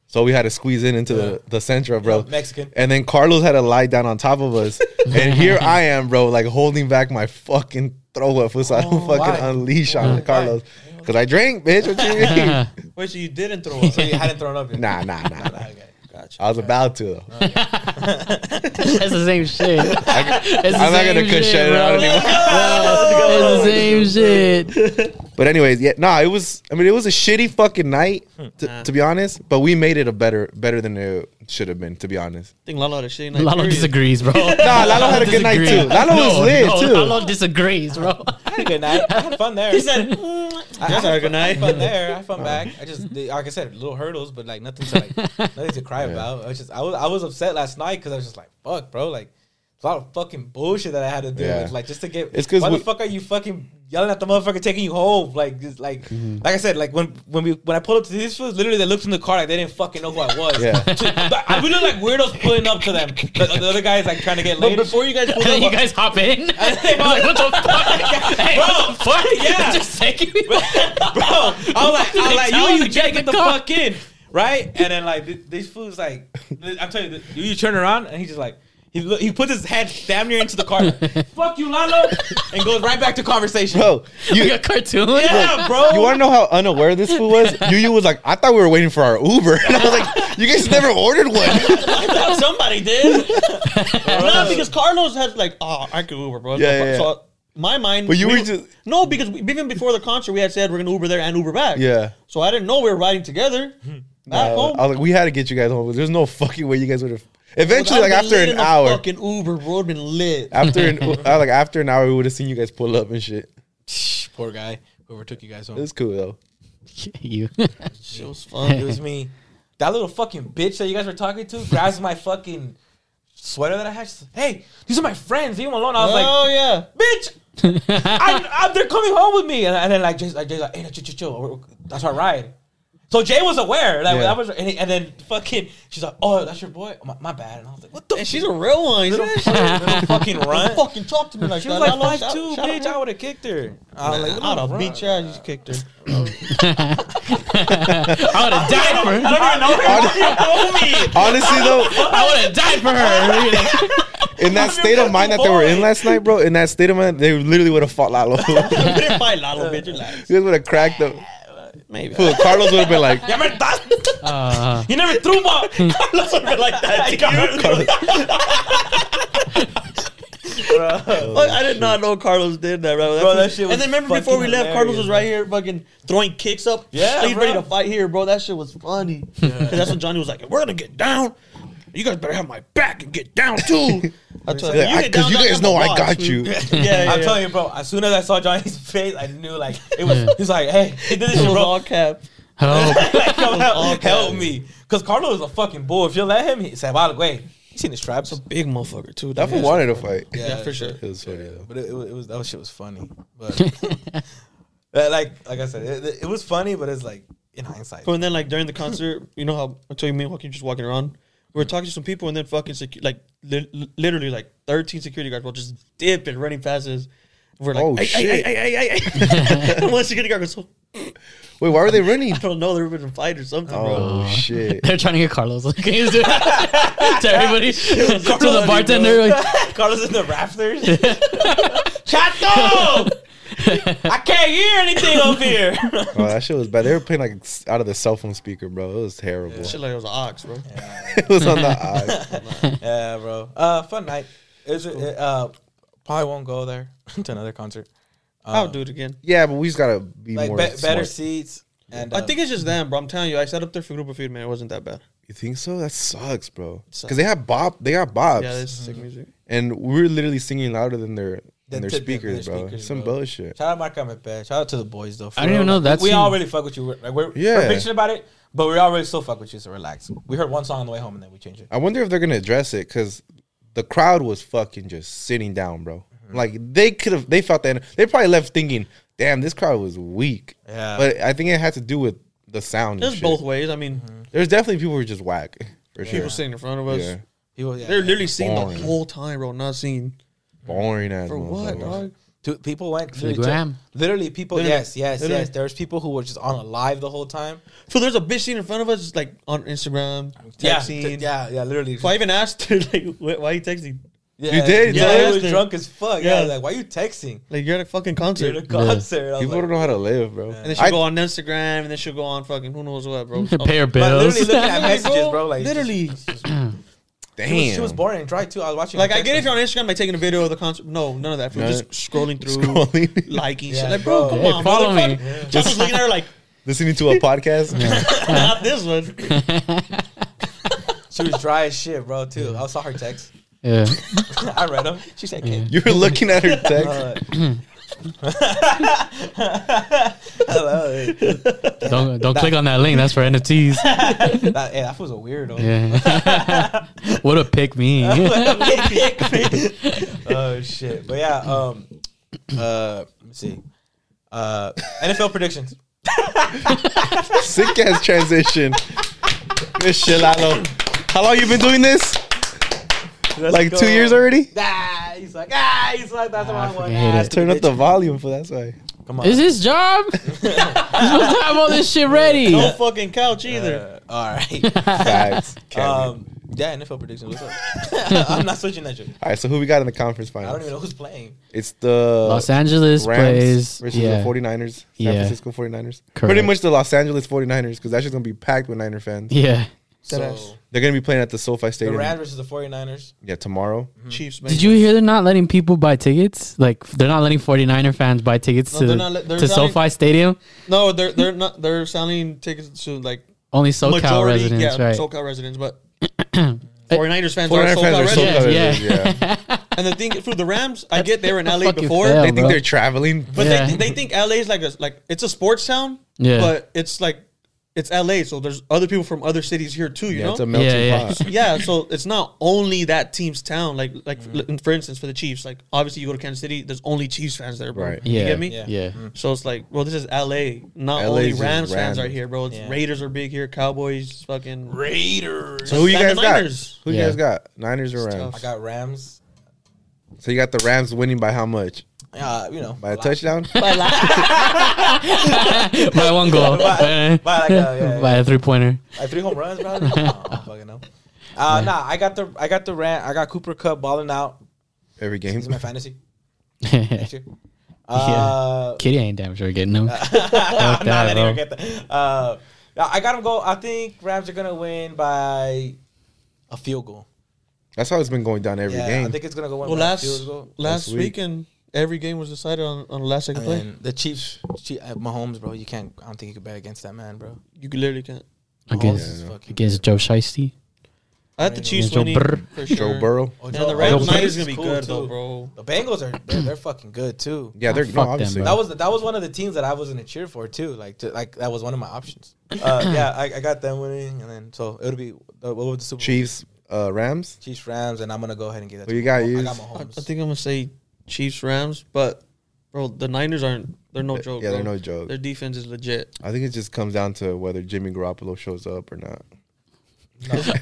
So we had to squeeze in into the the Sentra, bro. Mexican. And then Carlos had to lie down on top of us, and here I am, bro, like holding back my fucking throw up, so I don't fucking why? unleash on Carlos, because I drank, bitch. What you mean? yeah. Wait, so you didn't throw up? So you hadn't thrown up. Yet. nah, nah, nah, nah. Okay. I was about to though. That's the same shit. It's the I'm not same gonna cut shit, shit bro. out anymore. It's the same shit. But anyways, yeah, nah, it was. I mean, it was a shitty fucking night, to, Uh-huh. to be honest. But we made it a better, better than it should have been, to be honest. I think Lalo had a shitty night. Lalo period. disagrees, bro. Nah, Lalo had a good night disagrees. too. Lalo was lit, too. Lalo disagrees, bro. I had a good night. I had fun there. He said, mm, "That's not a good night." I fun there. I fun back. I just did- like I said, little hurdles, but like nothing to like nothing to cry about. I was just I was I was upset last night because I was just like, fuck, bro, like it's a lot of fucking bullshit that I had to do. Yeah. with, Like just to get It's 'cause why we- the fuck are you fucking yelling at the motherfucker taking you home? Like just like like I said, like when when we when I pulled up to these fools, literally they looked in the car like they didn't fucking know who I was. Yeah. Just- but I- we look like weirdos pulling up to them. The, the other guy's like trying to get laid. But before you guys pulled And then you up, guys hop in. I was like, what the fuck? hey, what the fuck? Yeah. Just taking me. bro. I'm like, I'm like, Tell you, him you to gotta get get the the car. fuck in, right? And then like th- these fools, like, I'm telling you, th- you, you turn around and he just like. He, look, he puts his head damn near into the car. Fuck you, Lalo, and goes right back to conversation. Bro, you Like a cartoon. yeah, bro. you want to know how unaware this fool was? Yuyu was like, I thought we were waiting for our Uber, and I was like, you guys never ordered one. I thought somebody did. no, because Carlos had like, "Oh, I could Uber, bro." Yeah, yeah, yeah. So my mind, But you we- were just- no, because we, even before the concert, we had said we're gonna Uber there and Uber back. Yeah. So I didn't know we were riding together. Back I home. was like, we had to get you guys home. There's no fucking way you guys would have. Eventually, like I've after been lit an in a hour, fucking Uber, bro, I've been lit. after an uh, like after an hour, we would have seen you guys pull up and shit. Poor guy. Whoever took you guys home. It was cool though. you. Shit was It fun. was me. That little fucking bitch that you guys were talking to grabs my fucking sweater that I had. She's like, hey, these are my friends. Leave them alone. I was oh yeah. like, bitch, I'm, I'm- they're coming home with me. And, and then like Jay's like, Jay's like, hey, no, chill, chill, chill. We're- we're- That's our ride. So Jay was aware that Yeah. that was, and, he- and then fucking, she's like, oh, that's your boy. My, my bad. And I was like, what the And she's a real one. You know? f- little fucking Don't runt. fucking talk to me like She that. was like I'll- I'll- five two, shout bitch. her I out. would have kicked her. I was like, I'd "What have the beat fuck?" your ass. You just kicked her. I would have died for her. I don't even know her. Honestly though, I would have died for her. in that state of mind that they were in last night, bro, in that state of mind, they literally would have fought Lalo. you You didn't fight Lalo, bitch. Relax. guys would have cracked them. Maybe. Fool, Carlos would have been like, Damn it, that's- Uh, You never threw my. Carlos would be like that. Fuck, I did not know Carlos did that, bro. That Bro, that was- shit was and then remember before we fucking left, Carlos hilarious, was right here fucking throwing kicks up. Yeah, he's ready bro. to fight here, bro. That shit was funny. 'Cause that's when Johnny was like, "We're gonna get down. You guys better have my back and get down too." That's what Yeah, I- get 'cause down, you I'll guys have know a I watch, got fool. you. Yeah, yeah, I'm yeah. telling you, bro. As soon as I saw Johnny's face, I knew like it was. He's like, "Hey, he did this, It was bro. all cap. help. Like, come all help, help bad. me." Because Carlos is a fucking bull. If you let him, he said, "By the way, you seen his traps." Big motherfucker too. that fool wanted to fight. Yeah, for sure. It was funny though. But it, it was- it was that shit was funny. But uh, like like I said, it, it was funny, but it's like in hindsight. And then like during the concert, you know how I told you me and Joaquin just walking around. We were talking to some people, and then fucking secu- like li- literally like thirteen security guards will just dip and running past us. We're like, Oh, "Ay, ay, shit. ay, ay, ay, ay." and one security guard goes, "Oh, Wait, why were they running? I don't know, they're in a fight or something, bro. Oh shit. They're trying to get Carlos. Like, can you just do it? to everybody, to the funny, bartender. Like, Carlos in the rafters. Chato, I can't hear anything up here. Oh, that shit was bad. They were playing like s- out of the cell phone speaker, bro. It was terrible. Shit like it was an ox, bro. it was on the eye. yeah, bro. Uh, fun night. Is it? Uh, probably won't go there to another concert. Uh, I'll do it again. Yeah, but we just gotta be Like more be- better smart. seats. And uh, I think it's just them, bro. I'm telling you, I sat up there for group of food, man. It wasn't that bad. You think so? That sucks, bro. Sucks. Because they have bop, they got bobs, Yeah, this is sick music. and we were literally singing louder than their than their Than- than their speakers, bro. speakers, Some bro. bullshit. Shout out Marca Mepe. Shout out to the boys though. for I didn't real. even know Like, that's We you. all really fuck with you. We're, like we're, Yeah. we're bitching about it, but we all really still fuck with you. So relax. We heard one song on the way home and then we changed it. I wonder if they're gonna address it because the crowd was fucking just sitting down, bro. Mm-hmm. Like they could have, they felt that they probably left thinking, "Damn, this crowd was weak." Yeah. but I think it had to do with the sound. There's There's both ways. I mean, Mm-hmm. There's definitely people who were just whack for people sure. sitting in front of us. Yeah. People, yeah. They're literally singing Boring. the whole time, bro. Not singing Boring ass. for what, motherfuckers. dog? Two- people went to the gram. Literally, people. Literally. yes, yes, Literally. yes. There was people who were just on a live the whole time. So there's a bitch sitting in front of us, like on Instagram, Yeah, texting. t- yeah, yeah. Literally. So I even asked her, like, "Wh- why are you texting? Yeah, You did, Yeah, yeah. I was drunk as fuck. Yeah, Yeah. I was like, why are you texting? Like, you're at a fucking You're concert. at a concert. I was People like- don't know how to live, bro. and then she'll I, go on Instagram, and then she'll go on fucking who knows what, bro. Pay her Oh, But bills. literally looking at messages, bro. Like Literally. damn, she was, she was boring and dry too. I was watching. Like, her I get if text you're on Instagram, like, taking a video of the concert. No, none of that. We're No. just scrolling through, Scrolling. liking Yeah, shit. Like, bro, bro. come Hey, on. follow bro. me. Just was looking at her like, listening to a podcast. not this one. She was dry as shit, bro. Too. I saw her text. yeah. I read them. She said, "Kid." You were looking at her text. Uh, Hello. Hey, Don't don't click on that link. That's for NFTs. that, hey, that was a weirdo. Yeah. what a pick me. oh shit! But yeah, um, uh, let me see. Uh, NFL predictions. Sick ass transition. Good shit, Lalo. How long you been doing this? Let's Like go. two years already? Ah, he's like, ah, he's like, that's the wrong one. fucking hate Ah, it. Turn up bitch. the volume for that's why. Come on. Is his job? He's supposed to have all this shit ready. No fucking couch either. Uh, all right. Facts. Um, yeah, NFL predictions. What's up? I'm not switching that shit. All right, so who we got in the conference I don't even finals? know who's playing. It's the Los Angeles Rams plays. versus Yeah, the 49ers, San Yeah. Francisco 49ers. Pretty Correct. much the Los Angeles 49ers because that shit's going to be packed with Niner fans. yeah. So They're going to be playing at the SoFi the Stadium. Rams versus the 49ers. yeah, tomorrow. Chiefs, man. Did you hear they're not letting people buy tickets? Like they're not letting 49er fans buy tickets No, to they're not let- they're to selling- SoFi Stadium. No, they're they're not. They're selling tickets to like Only SoCal majority, residents, yeah, right? SoCal residents, but 49ers fans are 49er so fans are so already. Yeah, covered, yeah. yeah. And the thing through the Rams, I get they were in LA Fuck you, before, fail. They bro. think they're traveling. but Yeah. they, they think LA is like a like it's a sports town, Yeah. but it's like it's LA, so there's other people from other cities here too. You Yeah, know, it's a melting Yeah, yeah. pot. yeah, so it's not only that team's town. Like, like Mm. l- for instance, for the Chiefs, like obviously you go to Kansas City, there's only Chiefs fans there, bro. Right. You Yeah. get me? Yeah. yeah. So it's like, well, this is LA. Not LA only is just Rams fans random. are here, bro. It's Yeah. Raiders are big here. Cowboys, fucking Raiders. So who you Like guys the got? Niners. Who Yeah. you guys got? Niners or Rams? I got Rams. So you got the Rams winning by how much? Uh, you know, By a lot. touchdown? by one goal, By- by like a- yeah, by a three pointer. Like three home runs, probably. I don't fucking know. Uh, Nah, I got the I got the Ram. I got Cooper Cup balling out. Every game. He's in my fantasy. Kitty Sure. Uh, ain't damn sure getting him. Uh, that, I'm not letting bro. her get that. Uh, I got him go. I think Rams are gonna win by a field goal. That's how it's been going down every yeah, game. I think it's gonna go win Well, by last a field goal. Last last week. weekend, every game was decided on, on the last second And play. then the Chiefs, Chief, uh, Mahomes, bro. You can't. I don't think you can bet against that man, bro. You literally can't. Mahomes Against is fucking. against Joe Shiesty. I had the Right, Chiefs Joe winning Burrow. for sure. Joe Burrow. Oh, And Joe- the Rams Joe night is Burrow's gonna be cool, good too. though, bro. The Bengals are they're, they're fucking good too. Yeah, they're Ah, no, fuck them, obviously. bro. That was the, that was one of the teams that I wasn't a cheer for too. Like to, like that was one of my options. Uh, yeah, I, I got them winning, and then so it'll be uh, what was the Super Bowl? Chiefs, uh, Rams. Chiefs Rams, and I'm gonna go ahead and get that. Who you got, I you? got I, I Mahomes. think I'm gonna say Chiefs Rams, but bro, the Niners aren't. They're no joke. yeah, they're bro. no joke. Their defense is legit. I think it just comes down to whether Jimmy Garoppolo shows up or not.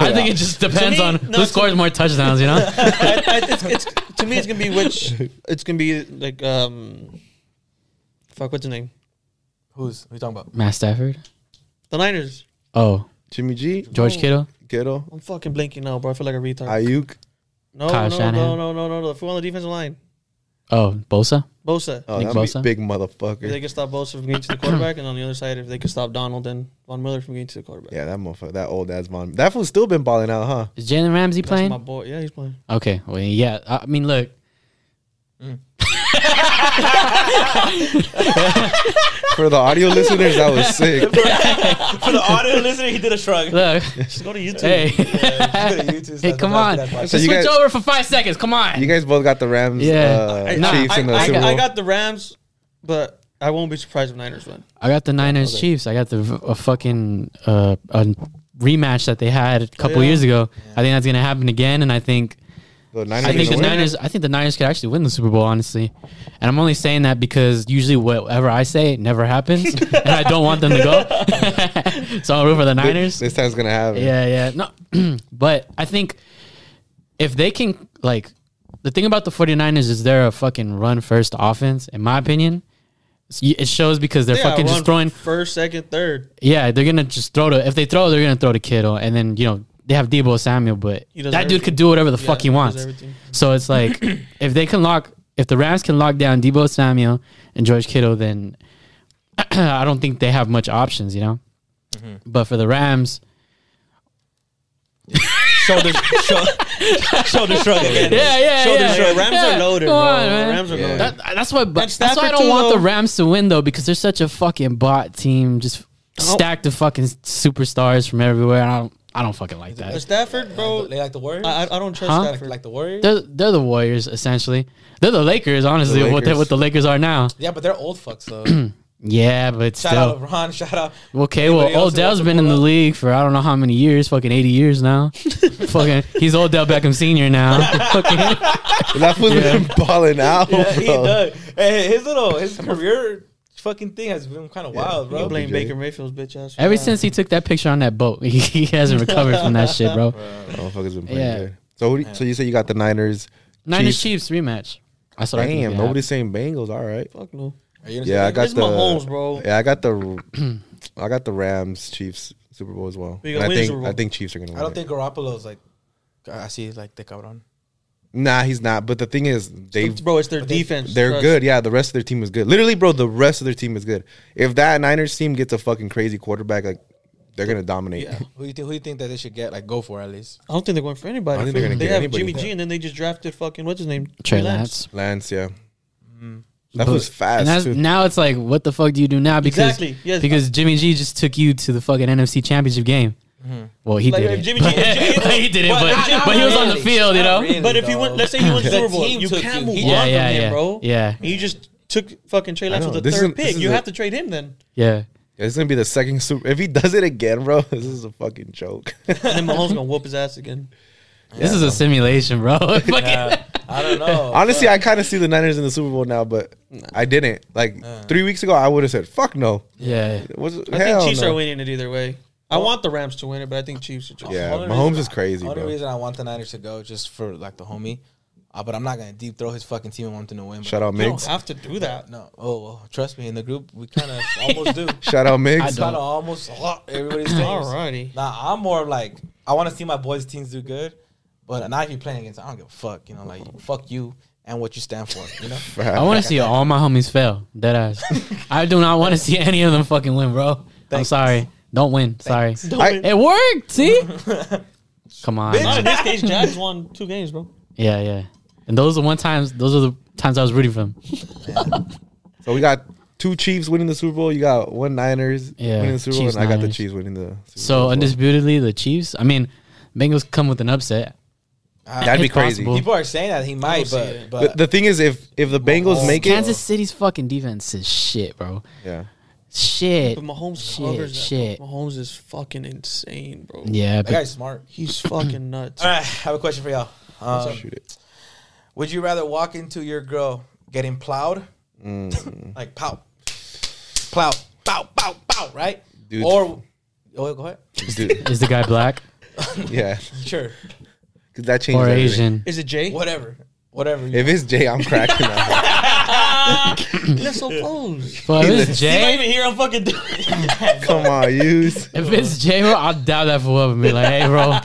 I think it just depends me, on no, who to- scores more touchdowns. You know, I, I, it's, it's, to me, it's gonna be which. It's gonna be like um, fuck, what's his name? Who's who you talking about? Matt Stafford. The Niners. Oh, Jimmy G, George No. Kittle. Kittle, I'm fucking blinking now, bro. I feel like a retard. Ayuk. no, Kyle no, no, Shanahan. no, no, no, no, If we on the defensive line, Oh, Bosa. Bosa. Oh, Nick that'd be Bosa. big If they motherfucker. can stop Bosa from getting to the quarterback, and on the other side, if they can stop Donald and Von Miller from getting to the quarterback. Yeah, that motherfucker. That old ass Von. That fool's still been balling out, huh? Is Jalen Ramsey That's playing? my boy. Yeah, he's playing. Okay. Well, yeah. I I mean, look. For the audio listeners, that was sick. For the audio listener, he did a shrug. Look. Just go to YouTube. hey. hey, hey, come on. So Switch you guys- over for five seconds. Come on. You guys both got the Rams, Yeah. uh, Nah, Chiefs, I, in the I- Super I Bowl. got the Rams, but I won't be surprised if Niners win. I got the Niners Chiefs. I got the v- a fucking uh, a rematch that they had a couple yeah. years ago. I think that's gonna happen again, and I think the I Niners. think are the gonna win. Niners. I think the Niners could actually win the Super Bowl, honestly. And I'm only saying that because usually whatever I say never happens, and I don't want them to go. so I'll root for the Niners. This time's gonna happen. Yeah, yeah. No, but I think if they can like the thing about the 49ers is they're a fucking run first offense in my opinion. It's- It shows because they're Yeah, fucking run just throwing first, second, third. yeah, they're gonna just throw to if they throw, they're gonna throw to Kittle, and then you know they have Debo Samuel, but He that does dude everything. could do whatever the Yeah, fuck he he does wants. everything. So it's like if they can lock, if the Rams can lock down Debo Samuel and George Kittle, then I don't think they have much options, you know. Mm-hmm. But for the Rams, Shoulder, shoulder, shoulder shrug again. yeah, yeah, Shoulder yeah. shrug. Oh, Rams Yeah, are loaded, come bro. on, man. Rams are Yeah. loaded. That- that's why, but And that's why I Stafford don't too, want the though. Rams to win though, because they're such a fucking bot team, just Oh. stacked of fucking superstars from everywhere. And I don't, I don't fucking like that. But Stafford, Bro, bro, they like the Warriors. I, I- I don't trust Huh? like, Stafford. like the Warriors. They're they're the Warriors essentially. They're the Lakers, honestly. The What the, Lakers. what the Lakers are now. yeah, but they're old fucks though. Yeah, but shout still. out LeBron. Shout out. Okay, well, Anybody else who wants Odell's to been in pull the up? league for I don't know how many years, fucking eighty years now. fucking, he's Odell Beckham Senior now. Fucking- That fool's been balling out, Yeah, he bro. does. Hey, his little his career fucking thing has been kind of wild, I bro. blame LBJ. Baker Mayfield's bitch ass. for ever that. since he took that picture on that boat, he, hasn't recovered from that shit, bro. Motherfuckers been playing Yeah. good. So, who do- so you say you got the Niners? Niners Chiefs rematch. That's what I think. Damn, yeah. nobody's saying Bengals. All right. Fuck no. Are you gonna Yeah, I say that? got It's the Mahomes, bro. Yeah, I got the I got the Rams Chiefs Super Bowl as well. We And gonna I win the think Super Bowl. I think Chiefs are gonna win. I don't it. think Garoppolo's like. I see like the cabron. Nah, he's not. But the thing is, they Bro, it's their defense. they're Trust. good. Yeah, the rest of their team is good. Literally, bro, the rest of their team is good. If that Niners team gets a fucking crazy quarterback, like they're gonna dominate. Yeah. Who you think? Who you think that they should get? Like go for at least. I don't think they're going for anybody. I don't think they're gonna they get have anybody. Jimmy G, and then they just drafted fucking what's his name? Trey Lance. Lance, yeah, Mm-hmm. that But- was fast. And that's, too. now it's like, what the fuck do you do now? Because Exactly, yes. because Jimmy G just took you to the fucking NFC Championship game. Well, he Mm-hmm. Like, did if it. Jimmy G- if Jimmy- But he did it, Well, but, not- not but he was on the really. field, you know. But if you win, let's say you win the The Super Bowl, team you took can't you. move He- on Yeah, from yeah, him, yeah. bro. Yeah. And you just took fucking Trey Lance know. with the This is- third this pick. is You a- have to trade him then. Yeah. It's gonna be the second super. If he does it again, bro, this is a fucking joke. And then Mahomes gonna whoop his ass again. This is a simulation, bro. Fucking- I don't know. Honestly, I kind of see the Niners in the Super Bowl now, but I didn't. Like three weeks ago, I would have said, "Fuck no." yeah. It was, I hell think Chiefs no. are winning it either way. I want the Rams to win it, but I think Chiefs are just Yeah, Only Mahomes reason- is crazy, Only bro. reason I want the Niners to go just for like the homie, uh, but I'm not gonna deep throw his fucking team and want them to win. but- Shout out You don't Migs. have to do that. No, oh well, trust me. In the group, we kind of almost do. Shout out I Migs. don't- Kind of almost uh, everybody's teams. Alrighty. Nah, I'm more of like I want to see my boys' teams do good, but not if you're playing against. I don't give a fuck. You know, like fuck you and what you stand for. You know. I want to see all my homies fail. Dead ass. I do not want to see any of them fucking win, bro. I'm Thanks. sorry. Don't win. Sorry. I, It worked. See? Come on. Not man. in this case, Jags won two games, bro. Yeah, yeah. And those are one times. Those are the times I was rooting for them. so we got two Chiefs winning the Super Bowl. You got one Niners Yeah, winning the Super Bowl, Chiefs, and I got the Niners. Chiefs winning the. Super So Bowl. as well. undisputedly, the Chiefs. I mean, Bengals come with an upset. that'd be it's crazy. possible. People are saying that he might, see but it. The, but the thing is, if if the Bengals make it, Kansas City's fucking defense is shit, bro. yeah, Shit. But Mahomes Shit, covers that. shit. Shit. Mahomes is fucking insane, bro. Yeah, that but guy's smart. He's fucking nuts. All right, I have a question for y'all. Um, Oh, shoot it. would you rather walk into your girl getting plowed, Mm. like pow, plow, pow, pow, pow, right? Dude. Or oh, go ahead. Dude, is the guy black yeah, Sure, because that changes. or everything. Asian? Is it Jay? whatever, whatever. If it's Jay, I'm cracking up. That's so close. But if it's He's You don't Jay, even hear I'm fucking doing Come on, use if it's Jay, bro, I'll dab that fool up and be like, "Hey, bro,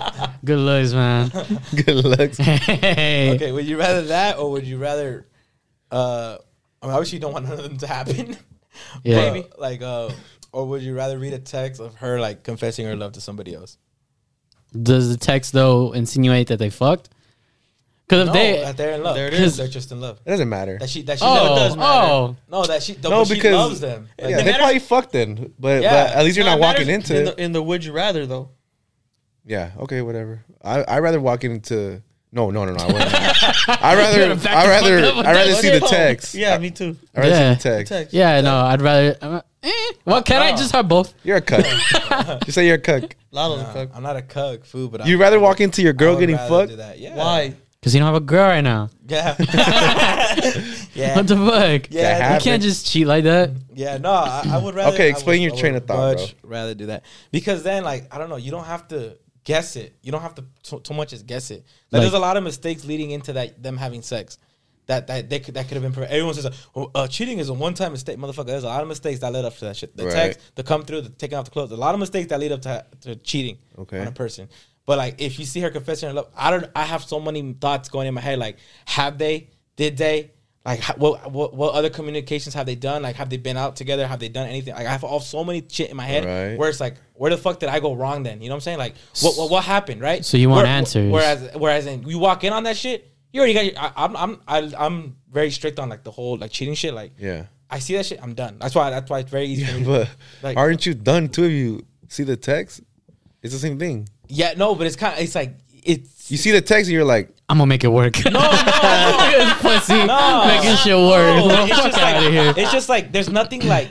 good looks, man." good looks. Hey, Okay, would you rather that or would you rather? Uh, I mean, obviously, you don't want none of them to happen. yeah. Maybe like, uh, or would you rather read a text of her like confessing her love to somebody else? Does the text though insinuate that they fucked? Because if No, they, that they're in love. There it is. They're just in love. It doesn't matter. That she that she oh, loves- does matter. oh, no that she No, no she because- loves them. Like, yeah, they- they probably fucked then, but, Yeah. but at least you're No, not it walking matters into in it. the, in the would you rather though. yeah, okay, whatever. I I rather walk into no no no no. I wouldn't. I rather I rather I rather see the text. Yeah, me too. I rather Yeah. see the text. Text. yeah. No, I'd rather. I'm not- eh, well, can I just have both? You're a cuck. Just say you're a cuck. Lotto's a uh, cuck. I'm not a cuck food, but You I, rather walk into your I girl would getting rather do fucked? that. Yeah. Why? Because you don't have a girl right now. Yeah. yeah. What the fuck? Yeah, That you You happened. can't just cheat like that. Yeah, no, I, I would rather. Okay, I explain would- your I train would of thought, much Rather do that because then, like, I don't know, you don't have to guess it. You don't have to too, too much as guess it. Like, Like- there's a lot of mistakes leading into that them having sex. That that they could that could have been prevented. Everyone says, "Oh, uh, cheating is a one time mistake, motherfucker." There's a lot of mistakes that led up to that shit. The Right. text, the come through, the taking off the clothes. A lot of mistakes that lead up to, to cheating Okay. on a person. But like, if you see her confessing her love, I don't. I have so many thoughts going in my head. Like, have they? Did they? Like, ho- what what what other communications have they done? Like, have they been out together? Have they done anything? Like, I have all so many shit in my head Right. where it's like, where the fuck did I go wrong? Then you know what I'm saying? Like, what what, what happened? Right? So you want Where- answers. Whereas whereas in, you walk in on that shit, you already got. Your, I, I'm I'm I, I'm very strict on like the whole like cheating shit. Like, Yeah. I see that shit, I'm done. That's why that's why it's very easy. for me to- But Like- aren't you done too if you see the text? It's the same thing. yeah, no, but it's kind of it's like it's You see the text and you're like, I'm gonna make it work. No, no. pussy, No. making shit work. No, No, it's fuck just out like of here. it's just like there's nothing like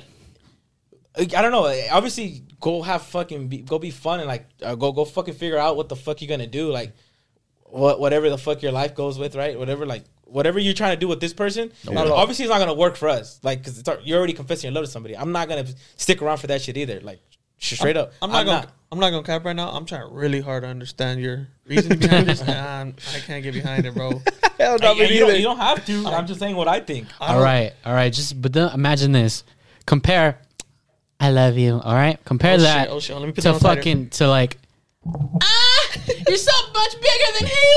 like, I don't know. like, Obviously, go have fucking be, go be fun and like uh, go go fucking figure out what the fuck you're gonna do. Like what whatever the fuck your life goes with, right? Whatever like whatever you're trying to do with this person. now, obviously, it's not gonna work for us. Like because you're already confessing your love to somebody. I'm not gonna stick around for that shit either. Like sh- straight up, I'm not gonna I'm not gonna cap right now. I'm trying really hard to understand your reason behind this. And I can't get behind it, bro. hell no, I- me you, don't, neither. you don't have to. I'm just saying what I think. I All don't- right, all right. Just but then imagine this. Compare, I love you. All right. Compare Oh, shit, that oh, shit. Let me put to that on tighter. fucking to like. Ah, you're so much bigger than he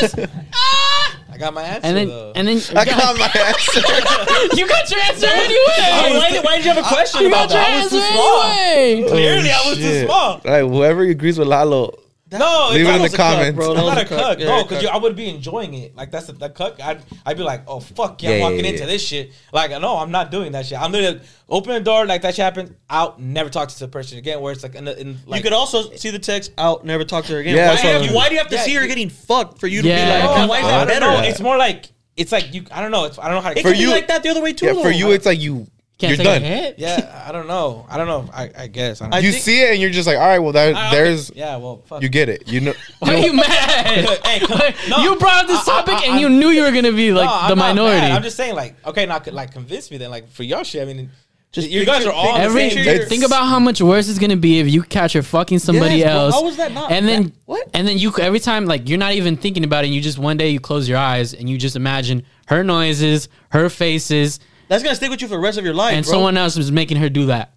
was. Ah, I got my answer and then though. and then you I got, got my answer. you got your answer Why- anyway. why, did- why did you have a question You about got your that? I was answer too small. anyway. Clearly, Oh, I was too shit. small. Like whoever agrees with Lalo, no, Leave it in the was a cuck, comments. bro. I'm not a That was cuck, Yeah, no, a because cuck. I would be enjoying it. Like that's the, the cuck. I'd I'd be like, oh fuck, yeah, Yeah, I'm yeah, walking yeah, into yeah. this shit. Like no, I'm not doing that shit. I'm gonna open the door like that shit happened. Out, never talk to the person again. Where it's like, in the, in, like you could also see the text out, never talk to her again. Yeah, why, that's do what you I have, was- why do you have to Yeah, see her you- getting fucked for you to Yeah. be like, No, oh, why is I that don't better? know. Yeah. It's more like it's like you. I don't know. It's I don't know how to. It For could be you- like that the other way too. Yeah, though. for you, it's like you Can't you're take done. a hit. yeah, I don't know. I don't know. I, I guess. I don't I- know. you think- see it and you're just like, all right, well, there, I- there's yeah. Well, fuck. you get it. You know, Why are you mad? Hey, come- Like, no. you brought up this I- I- topic I- and you knew you were gonna be like No, I'm the not minority. mad. I'm just saying, like, okay, now like convince me then, like for your shit. I mean, just Just you guys picture- are all on the Every same picture tier. your- think about how much worse it's gonna be if you catch her fucking somebody Yes, bro. else. How is that not- And then that- what? And then you every time like you're not even thinking about it. And you just one day you close your eyes and you just imagine her noises, her faces, That's gonna stick with you for the rest of your life, and bro. someone else is making her do that.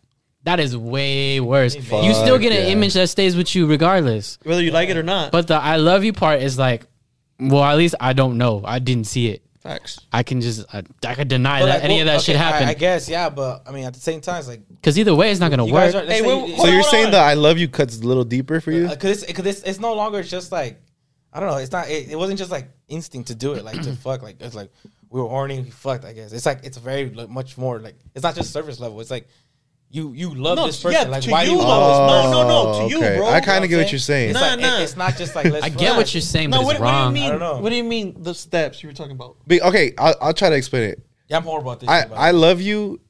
That is way worse. you still get an yeah. image that stays with you regardless. whether you like it or not. But the I love you part is like, well, at least I don't know. I didn't see it. Facts. I can just I, I could deny But, that like, any of well, that okay, shit happened. I, I guess, yeah, but I mean, at the same time, it's like Because either way, it's not gonna you work. guys are. Hey, Hey, wait, so hold you're on, Uh, saying hold the on. I love you cuts a little deeper for you. because it's, 'cause it's it's no longer just like I don't know. It's not. It, it wasn't just like instinct to do it, like to fuck. Like it's like we were horny, we fucked. I guess it's like it's very like, much more like it's not just surface level. It's like you you love No, this yeah, person. like to why you you love love this- no, no, no, to you, bro. I kind of You get know what you're saying. this. Nah, It's, like, it- nah. it's not just like let's I get fuck. what you're saying, No, but what, it's what do you wrong. mean? I don't know. What do you mean the steps you were talking about? Be- okay, I'll, I'll try to explain it. Yeah, I'm horrible at this. I, shit, by the I love you.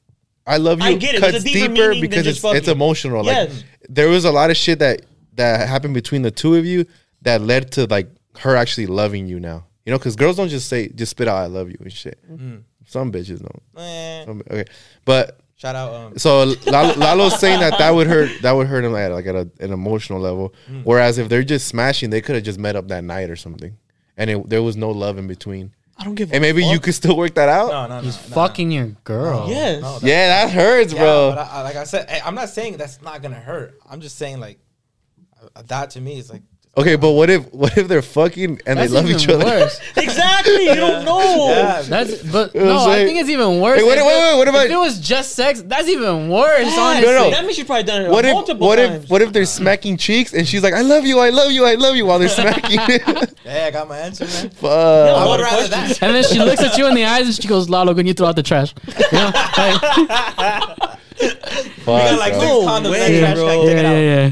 I love you. I get it. There's Cuts a deeper deeper meaning than because just it's, it's fucking. emotional. Like Yes. there was a lot of shit that that happened between the two of you that led to like her actually loving you now. You know, because girls don't just say just spit out "I love you" and shit. Mm. Some bitches don't. way. Eh, Some- okay, but shout out. Um, so Lalo, Lalo's saying that that would hurt. That would hurt him at like at a, an emotional level. Whereas if they're just smashing, they could have just met up that night or something, and it, there was no love in between. I don't give. And maybe you could still work that out. no, no, no. He's no, fucking your Oh, girl. Yes. Yeah, that hurts, Yeah, bro. but I, I- like I said, hey, I'm not saying that's not gonna hurt. I'm just saying like uh, that to me is like Okay, but what if what if they're fucking and That's they love even each other? worse. exactly. You don't know. yeah, That's but know no, what I'm I saying? think it's even worse. Hey, wait, If wait, it- wait, what about- if it was just sex? That's even worse. Yes. Honestly, No, no. That means you probably done it What if multiple what times. if what if they're smacking cheeks and she's like, "I love you, I love you, I love you," while they're smacking? hey, I got my answer, man. Fuck. I what would a rather question. that. And then she looks at you in the eyes and she goes, "Lalo, can you throw out the trash?" You know, like, Fuck, You got like bro. six No condoms in that way, trash bro. bag, yeah, take it out. yeah,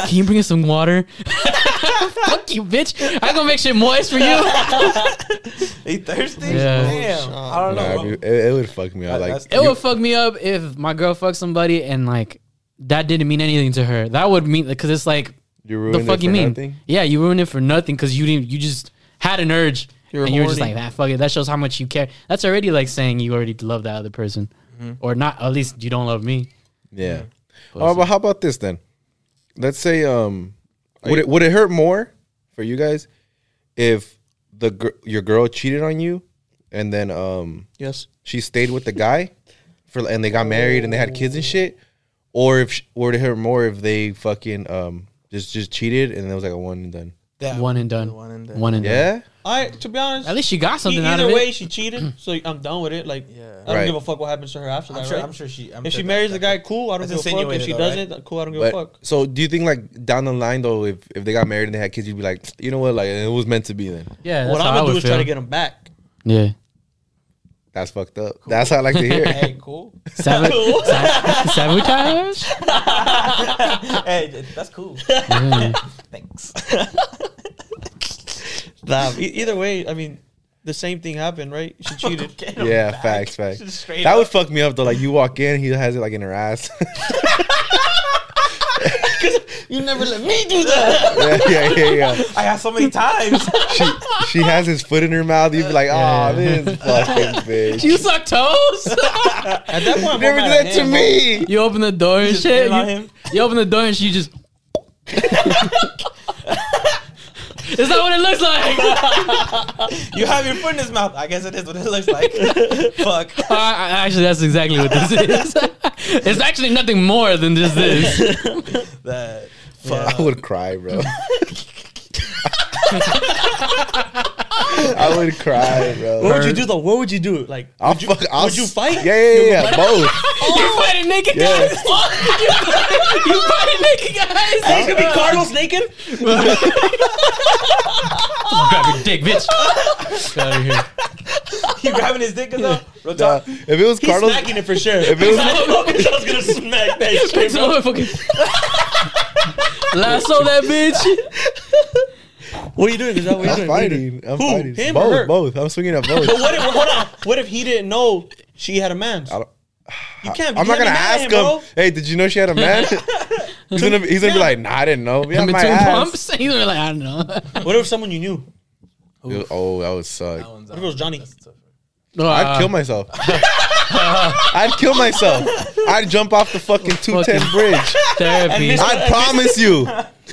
yeah. Can you bring us some water? Fuck you, bitch! I gonna make shit moist for you. it He thirsty? Yeah. Damn. I don't Nah, know. dude, it, it would fuck me up. That- Like, that's- It would fuck me up if my girl fucked somebody and like that didn't mean anything to her. That would mean because it's like you the ruined fuck it you for mean? nothing. Yeah, you ruined it for nothing because you didn't. You just had an urge, You were and you were just horny. like, "Ah, fuck it." That shows how much you care. That's already like saying you already love that other person, or not. At least you don't love me. Yeah. Oh, but how about this then? Let's say, um, would you- it would it hurt more for you guys if the gir- your girl cheated on you and then um Yes. she stayed with the guy for and they got married and they had kids and shit or if or to her more if they fucking um just just cheated and it was like a one and done That- One and done. One and done. One and done. yeah I to be honest. At least she got something e- out either of way, it. she cheated, so I'm done with it. Like, Yeah. I don't Right. give a fuck what happens to her after I'm that. sure. right? I'm sure she. I'm if sure she that- marries that- the guy, cool. I don't That's give a fuck. If insinuated she though, doesn't, cool. I don't give a but fuck. so do you think like down the line though if if they got married and they had kids you'd be like you know what like it was meant to be then Yeah, that's What how I'm I gonna would do is feel. try to get him back. yeah. that's fucked up that's how i like to hear it. Hey, cool. Sav- sa- sabotage. hey, th- that's cool. Yeah. Thanks. Nah, e- either way, I mean, the same thing happened, right? She cheated. Get 'em yeah back. facts facts Just straight that would up. fuck me up though like you walk in he has it like in her ass you never let me do that. yeah yeah yeah, yeah. I got so many times. She, she has his foot in her mouth you'd be like oh this fucking bitch you suck toes. At that point, you never did that to me you open the door and just shit. in on You, him. you open the door and she just. Is that what it looks like? you have your foot in his mouth. I guess it is what it looks like. Fuck. Uh, I- actually, that's exactly what this is. it's actually nothing more than just this. That. I would cry, bro. I would cry, bro. What would you do though? What would you do? Like, I'll would you, fuck- I'll would you s- fight? Yeah, yeah, yeah, yeah, both. you fighting naked Yeah. guys? Oh. you fighting naked guys? It's gonna be Carlos naked. Grab your dick, bitch. Get out of here. you grabbing his dick and stuff? Real Nah, talk. if it was He's Carlos, smacking it for sure. if it was, Mocha's gonna smack that shit. So Bro. motherfucking. Lasso that bitch. What are you doing? Is that what you're I'm doing? What are you doing? fighting. I'm Who? fighting. Him or both, her? both. I'm swinging at both. But what if hold on? What if he didn't know she had a man? don't- You can't. I'm you not can't be gonna mad at ask him. him, bro. Hey, did you know she had a man? he's gonna, be, he's gonna be like, Nah, I didn't know. Yeah, In my between ass. pumps, he's like, I don't know. What if someone you knew? Dude, Oh, that would suck. What if it was Johnny? I'd kill myself. I'd kill myself. I'd jump off the fucking 210 Fucking- bridge. therapy. I promise you.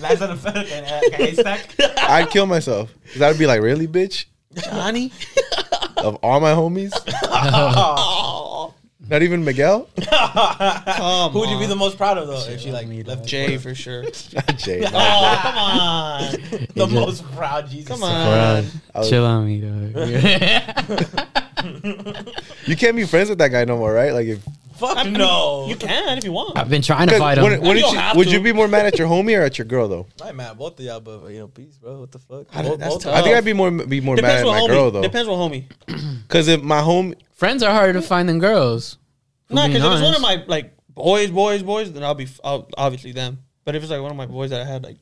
Lies on the fuck and uh, like a haystack. I'd kill myself. 'Cause I'd be like, really, bitch? Johnny? Of all my homies? Not even Miguel? Who would you be the most proud of though? If she like left you Jay for sure. Not Jay. no. Oh come on, the Yeah. most proud, Jesus. come Bro, on. was- chill on me, dog. You can't be friends with that guy no more, right? Like, if, Fuck I mean, no. You can if you want. I've been trying to fight him. Wouldn't- wouldn't You don't you- have would to. you be more mad at your homie or at your girl though? I'm mad at both of y'all, but you know, peace, bro. What the fuck? don't- Both, that's both tough. I of think I'd be more be more Depends mad at what my homie. girl though, Depends what homie. because if my homie, Friends are harder to find than girls. If Nah, we're because being if it's one honest. of my like boys, boys, boys, then I'll be f- I'll, obviously them. But if it's like one of my boys that I had like,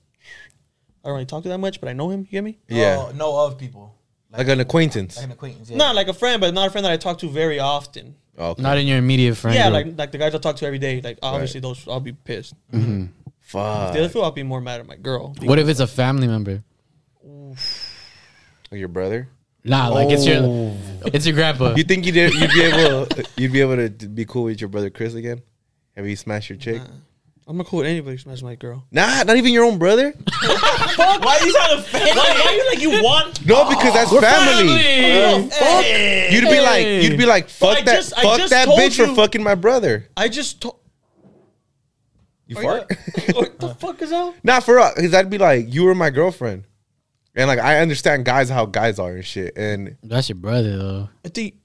I don't really talk to that much, but I know him. You get me? y'all. yeah, Oh, know of people, like an acquaintance. like an acquaintance. Yeah. Not like a friend, but not a friend that I talk to very often. Okay. Not in your immediate friend. yeah, group. like like the guys I talk to every day. Like obviously those, I'll be pissed. Fuck. The other two, I'll be more mad at my girl. Mm-hmm. what if it's a family member? Like your brother. Nah, like it's your Oh. it's your grandpa. You think you'd you'd be able you'd be able to d- be cool with your brother Chris again? Have you smashed your chick? I'm not cool with anybody who smashes my girl. Nah, not even your own brother. why are you trying to fake? Why, why you like you want? No, because that's family. Fuck. You'd be like you'd be like fuck I that just- I fuck just that told bitch you- for fucking my brother. I just told. You What fart? the fuck is that? Not for real, because I'd be like, you were my girlfriend, and like I understand guys how guys are and shit, and That's your brother though. I think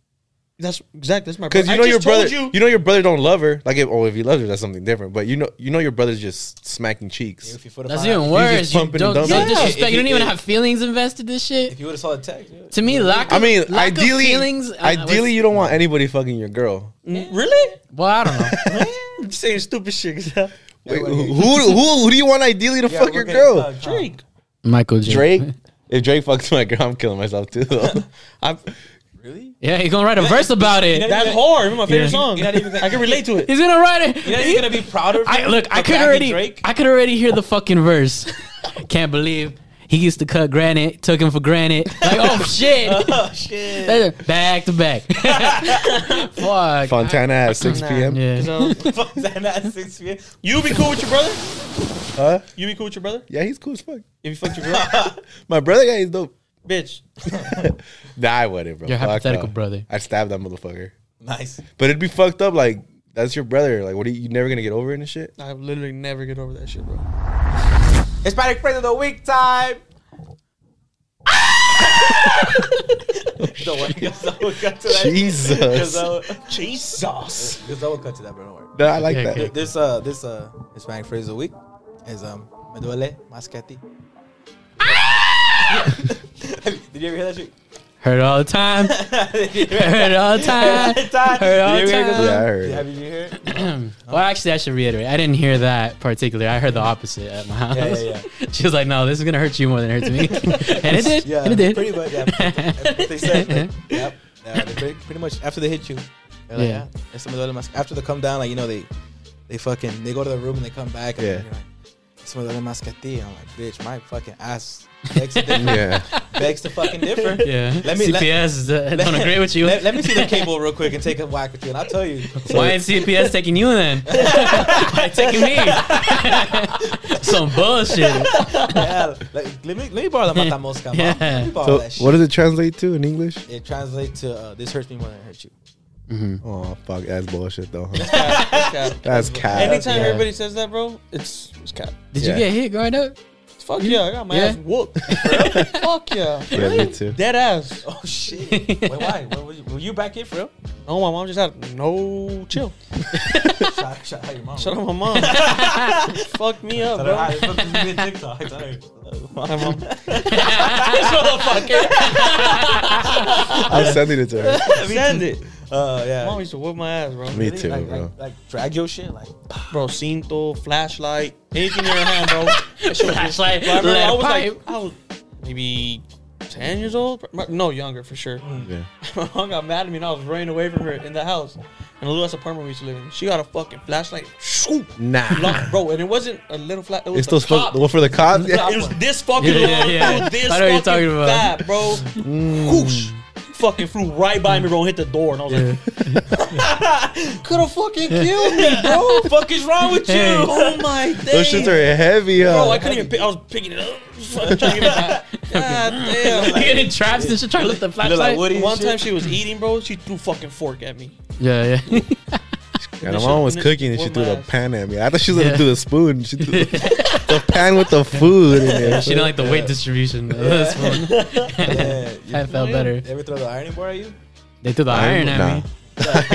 that's exact. That's my because you brother. know I your just brother, told you, you- know your brother don't love her. Like, if, oh, if he loves her, that's something different. But you know, you know your brother's just smacking cheeks. If you would That's have even just worse. You pumping and don't, don't dumping. Yeah. disrespect. You don't If even you- have feelings invested this shit. saw the text, yeah. To me, lack. I Of, mean, lack of ideally, feelings. uh, ideally, you don't want anybody fucking your girl. Mm, Really? was- Well, I don't know. I'm just saying stupid shit. Wait, who, who, who do you want ideally to fuck your okay, girl? uh, fuck. Drake. Michael J. Drake. If Drake fucks my girl, I'm killing myself too. though. I've, Yeah, he's gonna write a verse about it. that's hard. Remember my favorite Yeah. song. You're not even gonna- I can relate to it. He's gonna write You're it. not even gonna be proud of. I him look. I for could bagging already. Drake. I could already hear the fucking verse. Can't believe he used to cut granite. Took him for granted. Like oh shit. Oh shit. back to back. Fuck. Fontana at 6 p.m. Yeah. So, Um, Fuck that at six feet. you be cool with your brother? Huh? You be cool with your brother? Yeah, he's cool as fuck. If you fucked your girl? My brother, yeah, he's dope. Bitch. Nah, I wouldn't, bro. Your Fuck hypothetical no. brother. I'd stab that motherfucker. Nice. But it'd be fucked up. Like that's your brother. Like what are you, you never gonna get over it and shit? I literally never get over that shit, bro. Hispanic friend of the week time. Don't worry, Gazelle will cut to that. Jesus. Gazelle, Jesus. Gazelle will cut to that, bro. Don't worry. Nah, I like Okay, that. okay. This uh, this uh, Hispanic phrase of the week is um, me duele más que a ti. Did you ever hear that shit? Heard all the time. Heard all the time. Heard all the Yeah, I time. heard. Have it. you heard? it? Well, actually, I should reiterate. I didn't hear that particular. I heard the opposite at my house. Yeah, yeah, She was like, "No, this is gonna hurt you more than it hurts me," and it did. Yeah, and it did. pretty much. Yeah, That's what they said. Like, yep. Yeah, they pretty, pretty much after they hit you. They're like, Yeah. yeah. it's some of the other mas- After they come down, like you know, they they fucking they go to the room and they come back. And Yeah. you're like, "It's some of the other mas que a ti." I'm like, bitch, my fucking ass begs to differ. Yeah. begs to fucking differ. yeah. Let me- let- CPS uh, don't agree with you. Let, let me see the cable real quick and take a whack with you, and I'll tell you. Why ain't CPS taking you then? Why taking me? Some bullshit. Yeah, like, let me let me borrow the matamos, come on. Yeah. Let me borrow So that shit. what does it translate to in English? it translates to uh, this hurts me more than it hurts you. Oh fuck, that's bullshit though. huh? Cap, cap. That's cat. Anytime Yeah. everybody says that, bro, it's it's cap. Did Yeah. you get hit growing up? Fuck yeah, I got my Yeah. ass whooped. bro. Fuck yeah. Yeah, me too. Dead ass. Oh shit! Wait, why? Were- were, you, were you back here for real? No, my mom just had no chill. Shout, shout out your mom. Shut up, my mom. Fuck me up, Tell her, bro. "Hi, this is me and TikTok." Tell her. My mom. I'm sending it to her. Send it. Uh, yeah. Mom used to whoop my ass, bro. Me Really? too, like, bro. Like, like drag your shit, like Bro, cinto, flashlight, anything in your hand, bro. That shit was just- Flashlight, Bro, I remember lead I was pipe. like, I was maybe 10 years old. bro. No, younger for sure. Yeah. My mom got mad at me and I was running away from her in the house. In a little ass apartment we used to live in. She got a fucking flashlight. Swoop. Nah. Locked, bro, and it wasn't a little flat. It was It's the those for, top. the one for the cops. Nah, it was this fucking Yeah, yeah, long, yeah. bro. This I know what you're fucking talking about. Mm. fat, bro. Whoosh. Fucking flew right by me, bro, and hit the door. And I was like, could have fucking killed me, bro. fuck is wrong with you? Hey. Oh my day. Those shits are heavy, huh? Bro, I couldn't even pick. I was picking it up. Fucking trying to get it back. God damn. You get in traps and shit, try to lift the you look flashlight. like Woody. and One shit. time she was eating, bro. She threw fucking fork at me. yeah, yeah. and my mom was cooking and she Whoop threw my the ass. pan at me. I thought she was Yeah. gonna do the spoon. She threw the, the pan with the food in it. She didn't like the weight distribution. That's what- yeah. You, I felt better. they ever throw the ironing board at you? They threw the iron at me.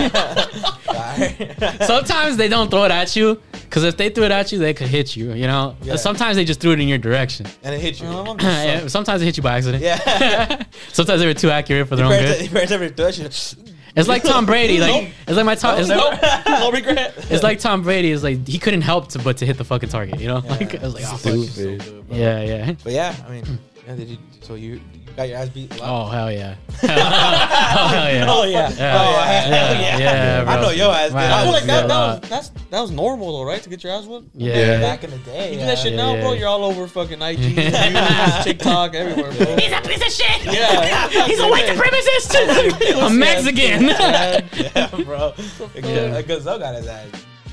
The iron- Sometimes they don't throw it at you because if they threw it at you, they could hit you. You know. Yeah. Sometimes they just threw it in your direction. and it hit you. My mom just sucked. Yeah, Sometimes they hit you by accident. Yeah. Sometimes they were too accurate for their Your own parents, good. your parents ever throw that shit? It's like Tom Brady. Like it's like my Tom. It's, Nope. no regret. it's like Tom Brady. Is like he couldn't help to, but to hit the fucking target. You know. Like, I was like, oh, fuck. Stupid. yeah, yeah. But yeah, I mean, yeah, did you, so you, you got your ass beat. A lot. Oh hell yeah. oh hell yeah. Oh, Hell yeah. Oh, hell yeah. yeah, I bro. know your ass did. My I I ass feel like was was that, a that, lot. was, that's, that was normal though, right? To get your ass whooped. Yeah. Yeah. back in the day. You do yeah. that shit now, Yeah. bro. You're all over fucking IG, news, TikTok, everywhere, bro. He's a piece of shit. Yeah. He's a white supremacist. I'm Mexican. yeah, bro. Yeah. Gazelle got his ass.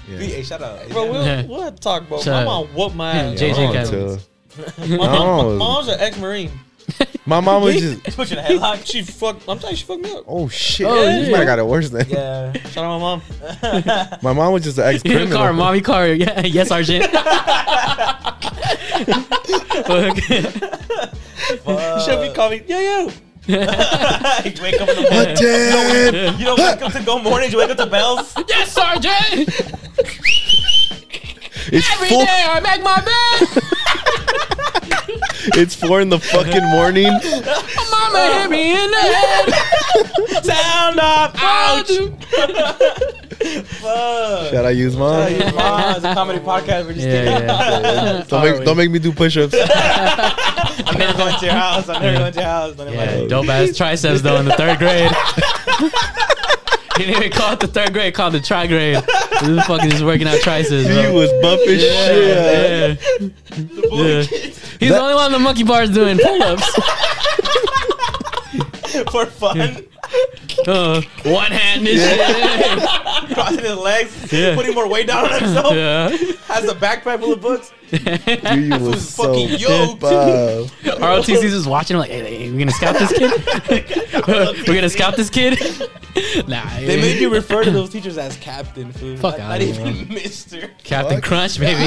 Yeah. Hey, shout out. Bro, we'll, Yeah. we'll have to talk, bro. So- My mom whooped my ass. JJ Yeah, I don't Kevin. know. My, mom, my mom's an ex-marine. My mom was just Put you in a headlock. She fucked. I'm telling you, she fucked me up. oh shit. Oh, you yeah. might have got it worse than yeah. Shout out my mom. my mom was just an ex You car, criminal. mommy car. Yeah, yes, sergeant. Fuck. You should be calling. Yo, yo. you wake up in the morning. Dad. You don't wake up to go mornings. You wake up to bells. yes, sergeant. It's Every full day I make my bed. it's four in the fucking morning. Mama hit me in the head. Sound off. Ouch. Fuck. Should I use mom? Hey, Ma, It's a comedy podcast. We're just Yeah, kidding. yeah. Don't make, don't make me do push-ups. I'm never going to your house. I'm never going to your house. None of my- yeah dope ass triceps though in the third grade. He didn't even call it the third grade, called the tri grade. This fucking just working out triceps, you bro. was buff as shit. Yeah. Yeah. He's the only one on the monkey bars doing pull ups. For fun. Uh, one hand and shit. Crossing his legs. Yeah. Putting more weight down on himself. Yeah. Has a backpack full of books. Dude, you was Who's so uh, fucking yoked. buff. ROTC's just watching like, hey, hey, we gonna scout this kid? We're gonna scout this kid? nah. They made you refer to those teachers as captain, food. Fuck not, outta not here, even mister. Captain Fuck. Crunch, baby.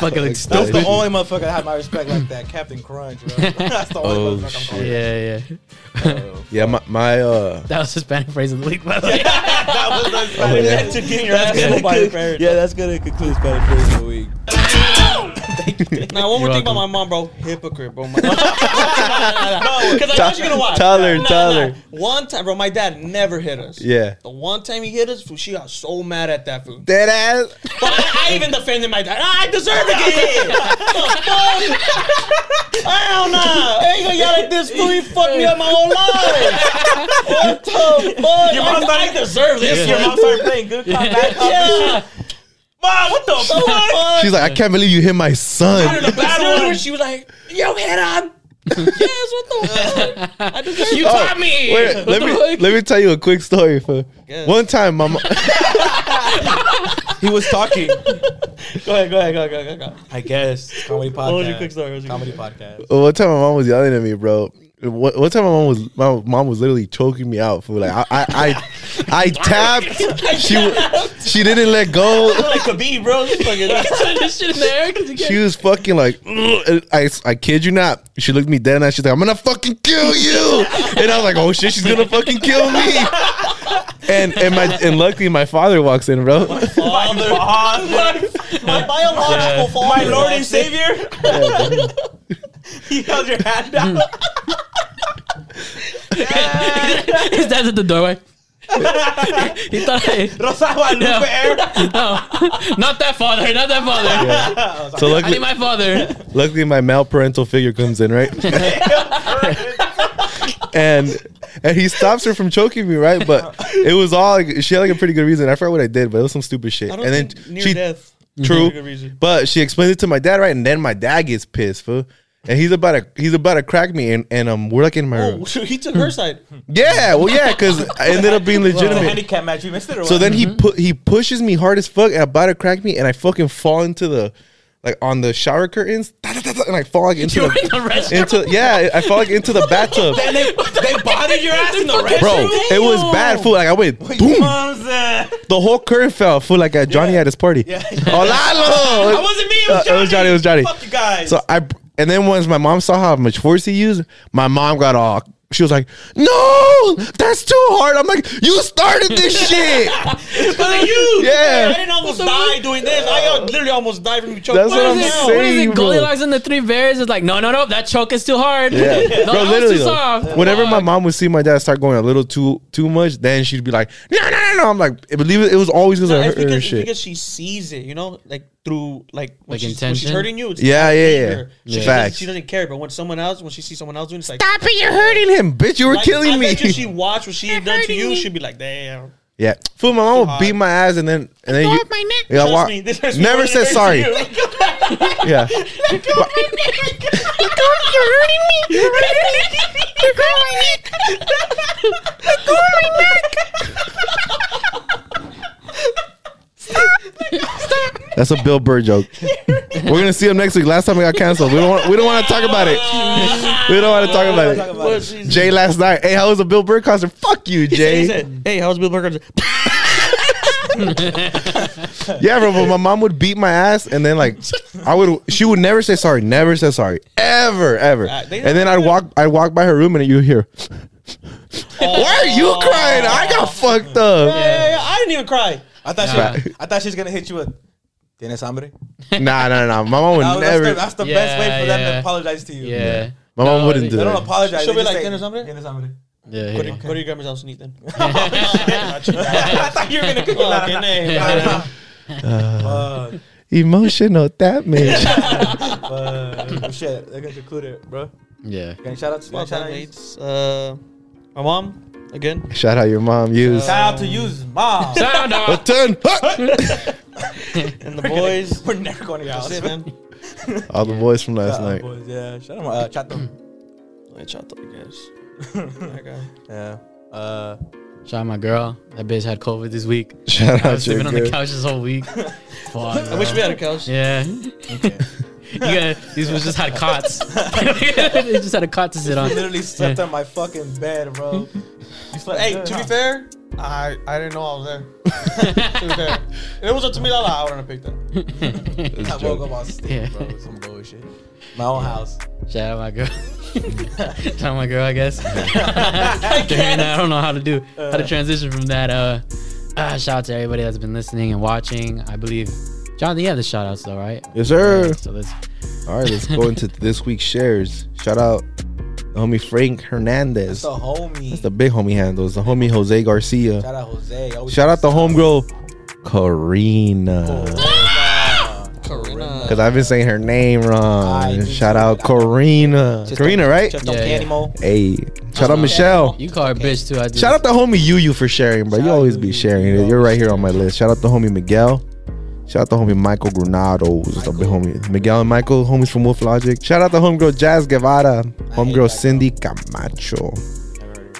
Fucking looks That's That's stupid. the only motherfucker that had my respect like that, Captain Crunch, bro. That's the only Oh, motherfucker I'm calling. Yeah, yeah. Yeah, my, my uh That was the Spanish phrase of the week, by the way. That was the oh, yeah. That's to get your ass whooped by your parents. Yeah, that's gonna conclude Spanish Phrase of the Week. Now, one more You're thing about my welcome. mom, bro. Hypocrite, bro. My- no, because I know she's gonna watch. Tyler, Nah, nah, Tyler. nah. One time, bro. My dad never hit us. Yeah. The one time he hit us, fool, she got so mad at that food. Dead ass. But I, I even defended my dad. I deserve to get hit. Hell no! I ain't gonna yell at this fool. You fucked me up my whole life. What the fuck? Your mom I, I deserve this. Your mom started playing good cop, bad cop. Yeah. Mom, what the So fuck? fuck. She's like, I can't believe you hit my son. the bad one. She was like, "You hit him." yes. What the fuck? I deserve You Oh, it. taught me. Wait, What let the me fuck? let me tell you a quick story. For Yes. one time, my mom, He was talking. Go ahead. Go ahead. Go ahead. Go ahead. Go ahead. I guess. Comedy podcast. What was your quick story? What was your Comedy quick story? podcast. one time my mom was yelling at me, bro, One one time, my mom was my mom was literally choking me out for like I I I, I tapped. She wa- she didn't let go. like Khabib, bro. Just fucking- Turn this shit in the air 'cause you She was fucking like, "Ugh," and I, I kid you not. She looked me dead and she's like, I'm gonna fucking kill you. And I was like, oh shit, she's gonna fucking kill me. And and my and luckily my father walks in, bro. my biological father. My Lord and Savior. he held your hand out. can't- His dad's at the doorway. he thought, I, Rosa Guadalupe No. Air. no, not that father, not that father. So I need luckily, my father. luckily my malparental figure comes in, right? and and he stops her from choking me, right? But it was all like, she had like a pretty good reason. I forgot what I did, but it was some stupid shit. I And don't then think near she death. True. Pretty good reason. But she explains it to my dad, right? And then my dad gets pissed, fool. And he's about to he's about to crack me, and, and um we're like in my room. Oh, he took her side. Yeah, well, yeah, because I ended up being It's a legitimate. handicap match. You missed it or what? So then he put he pushes me hard as fuck, and about to crack me, and I fucking fall into the like on the shower curtains, and I fall like into You were in the the restroom. into yeah, I fall like into the bathtub, And they, they bodied your ass in the restroom. bro. It was bad, fool. Like I went boom, Mom's, uh, the whole curtain fell, fool. Like at Johnny at his party. that Olalo! wasn't me. It Uh, was Johnny. It was Johnny. It was Johnny. Fuck you guys. So I and then once my mom saw how much force he used, my mom got all she was like, "No, that's too hard." I'm like, "You started this shit." Because of you. Yeah. I didn't almost die doing this. I uh, literally almost died from you choking. That's what What I'm is it? saying. What is saying, it? bro. Goldilocks and the Three Bears is like, no, no, no, that choke is too hard. Yeah. Bro, No, that was literally too though, soft. whenever my mom would see my dad start going a little too too much, then she'd be like, "No, no, no, no." I'm like, "Believe it, it was always because No, of it's her, because, her it's shit." because she sees it, you know, like through like when, Like she's, when intention? she's hurting you. It's Yeah, like yeah, anger. yeah. She, doesn't, Facts. she doesn't care, but when someone else, when she sees someone else doing, it, it's like Stop it! You're hurting him, bitch. You were Like, killing I me. Bet you she watched what she had done to you. She'd be like, damn. yeah, fool. My mom would hot. beat my ass, and then and then you. Yeah, Trust walk- me, this hurts me never more than said it hurts sorry. you. Yeah, that's a Bill Burr joke. We're gonna see him next week. Last time we got canceled. We don't. Want, we don't want to talk about it. We don't want to talk about it. What she said- Jay last night. Hey, how was the Bill Burr concert? Fuck you, Jay. He said, hey, how's Bill Burger? Yeah, bro. But my mom would beat my ass, and then like I would, she would never say sorry, never say sorry, ever, ever. Right, they- and then I'd walk, I'd walk by her room, and you hear, "Why are you crying? I got fucked up." Yeah, yeah, I didn't even cry. I thought she, I thought she was gonna hit you with. Tienes hambre? Nah, nah, nah. My mom would That was- that's never. the, that's the best way Yeah, for them to yeah. apologize to you. Yeah. my mom No, wouldn't do They don't that. apologize. She'll they be just like, say, "Tienes hambre?" Tienes hambre. Yeah, Go to, yeah. go to your grandma's house and eat them. I thought you were gonna cook Fucking it. A, Nah, man. nah, nah. Fuck. Emotional damage. Fuck. Shit, they're gonna conclude it, bro. yeah. Can you shout out to Well, shout out done, to- mates. Uh, My mom, again. Shout out your mom. Use Shout out to you's mom. Sound a off. ton. And the boys. We're never going to your house. That's it, Shout man. All the boys from last out, night. boys. Yeah, shout out to uh, Chato. I shot that, I guess. That guy. Yeah. Uh, Shout out my girl. That bitch had COVID this week. Shout I out was to your sleeping on the girl. couch this whole week. Fuck. I wish we had a couch. Yeah. you got these was just had cots. they just had a cot to sit on. literally slept on my fucking bed, bro. You slept Hey, good, to huh? be fair, I I didn't know I was there. to be fair, if it was up to me, I I wouldn't have picked that. I woke up on stick, Yeah. bro. with Some bullshit. My own house. Shout out my girl. Shout out my girl, I guess. Damn, I don't know how to do how to transition from that. Uh, uh, shout out to everybody that's been listening and watching. I believe, Jonathan, you have the shout outs though, right? Yes, sir. So let's. All right, let's go into this week's shares. Shout out the homie Frank Hernandez. It's a homie. That's the big homie handles. The homie Jose Garcia. Shout out Jose. Always Shout out the homegirl Karina. Correct. Because I've been saying her name wrong. I Shout do out too. I- Karina. Just Karina, don't- right? Just don't Yeah, yeah, yeah. anymore. Hey. Shout out Michelle. You call her bitch too. I just, Shout out the homie Yuyu for sharing, bro. Shout You out always be Yuyu. sharing it. You're right here on my list. Shout out the homie Miguel. Shout out the homie Michael Granados. That's the big homie. Miguel and Michael, homies from Wolf Logic. Shout out the homegirl Jazz Guevara. Homegirl that Cindy Camacho.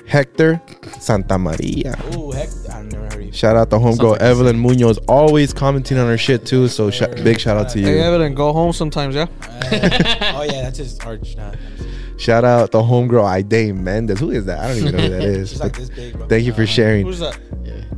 Hector Santa Maria. Ooh, heck, I've never heard of you. Shout out to homegirl like this. Evelyn Munoz, always commenting on her shit too. So sh- big shout out to Hey, you. Evelyn, go home sometimes, yeah? oh yeah, that's his arch. Nah, Shout out to homegirl Ida Mendez. Who is that? I don't even know who that is. she's but like this big, bro. Thank you for sharing. Who's that?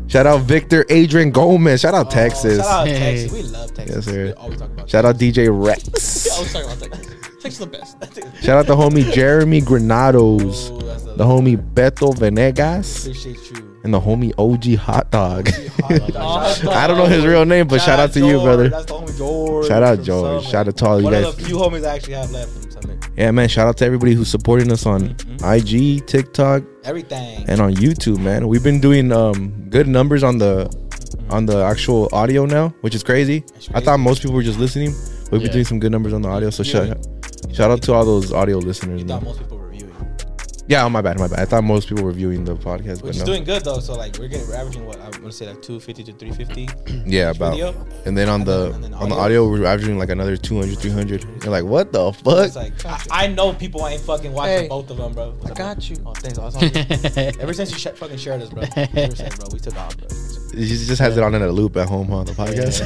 Shout out Victor Adrian Gomez. Shout out Oh, Texas. Shout out Hey. Texas. We love Texas. Yes, sir. We always talk about. Shout out DJ Texas. I Rex. was talking about Texas. Texas is the best. Shout out the homie Jeremy Granados. Ooh, that's The homie Beto Venegas. Appreciate you. And the homie OG Hot Dog. Hot dog. I don't know his real name, but shout out to you, George. brother. That's the homie George. Shout out from George. Summit. Shout out to all you One guys. of the few homies I actually have left from Summit. Yeah, man. Shout out to everybody who's supporting us on IG, TikTok, Everything. and on YouTube, man. We've been doing um, good numbers on the on the actual audio now, which is crazy. I thought most people were just listening. but We've been Yeah. doing some good numbers on the audio, so Yeah. shout shout out to all those audio listeners. You thought Man. most people were viewing, Yeah, oh, my bad, my bad. I thought most people were viewing the podcast, which but is no. doing good though. So like we're getting we're averaging what I'm gonna say like 250 to 350. Yeah, about. Video. And then on And the then- and then on the audio. audio, we're averaging like another 200, 300. You're like, what the fuck? It's like I, I know people ain't fucking watching Hey, both of them, bro. What's I up, bro? got you. Oh, thanks. I was on you. Ever since you sh- fucking shared us, bro. Ever since, bro, we took off, bro. He just has it on in a loop at home on the podcast.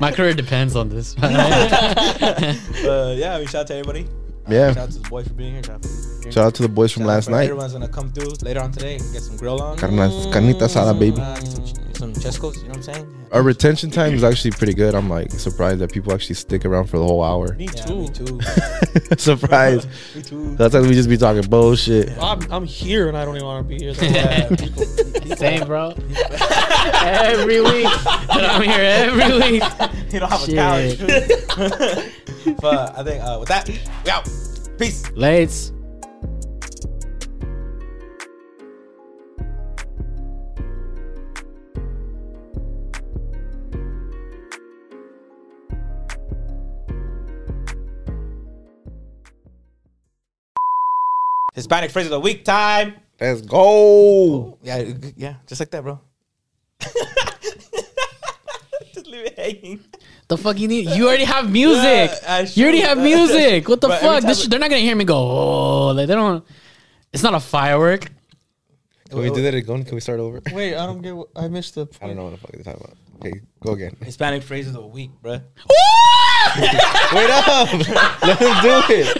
My career depends on this. But yeah, we shout out to everybody. Yeah. Shout out to the boy for being here. Shout out, for being here. Shout out to the boys from Shout out last for night. Everyone's gonna come through later on today and get some grill on. Carnas, carnita asada, baby. Uh, get some, ch- some chescos, you know what I'm saying? Our retention time is actually pretty good. I'm like surprised that people actually stick around for the whole hour. Me Yeah, too. me too. Surprise. Me too. Sometimes we just be talking bullshit. I'm, I'm here and I don't even want to be here. Yeah, people- Same, bro. every week. I'm here every week. you don't have Shit. a couch. but I think uh, with that, we out. Peace. Lates. Hispanic phrase of the week time. Let's go. Yeah, g- yeah, just like that, bro. just leave it hanging. The fuck you need? You already have music. Yeah, I you already should, have but- music. What the but every fuck? This time sh- they're not gonna hear me go. Oh, like they don't. It's not a firework. Can we do that again? Can we start over? Wait, I don't get what I missed the. I don't know what the fuck they're talking about. Okay, go again. Hispanic phrase of the week, bro. Wait up. Let him do it.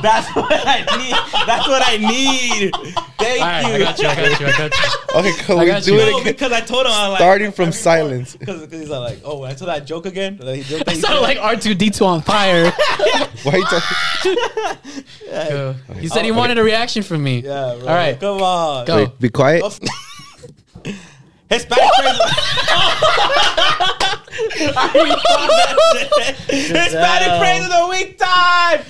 That's what I need. That's what I need. Thank All right, you. I got you. I got you. I got you. Okay, can I we got do you. it No, again? because I told him I like Starting from silence. Because he's all like, oh, when I told that joke again. Like, he joked that I he sounded said- like R two D two on fire. Why you talking? Go. He said he wanted a reaction from me. yeah, bro. All right. come on. Go. Wait, be quiet. Hispanic phrase. Hispanic phrase of the week time.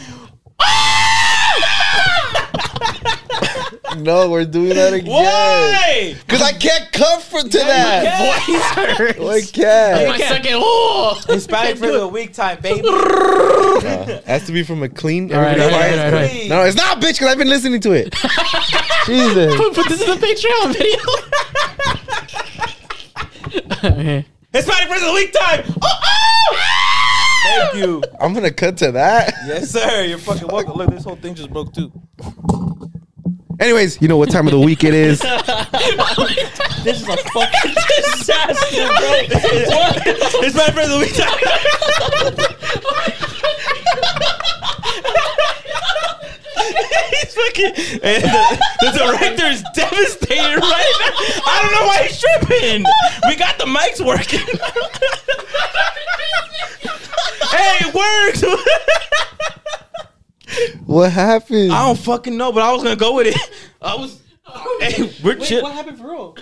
No, we're doing that again. Why? Because I can't cut from to that. Voice hurts. I can't. My second. Oh. Hispanic phrase of the week time, baby. It has to be from a clean. All right, all everybody right, quiet. all right, all right. No, it's not, bitch, because I've been listening to it. Jesus. Put, put this in the Patreon video. okay. Hispanic phrase of the week time. Oh, oh! Thank you. I'm going to cut to that. Yes, sir. You're fucking welcome. Look, this whole thing just broke too. Anyways, you know what time of the week it is. This is a fucking disaster, bro. It's my friend the week time. He's fucking. And the, the director is devastated right now. I don't know why he's tripping. We got the mics working. hey, it works. What happened? I don't fucking know, but I was gonna go with it. I was. Hey, we're chill. happened for real?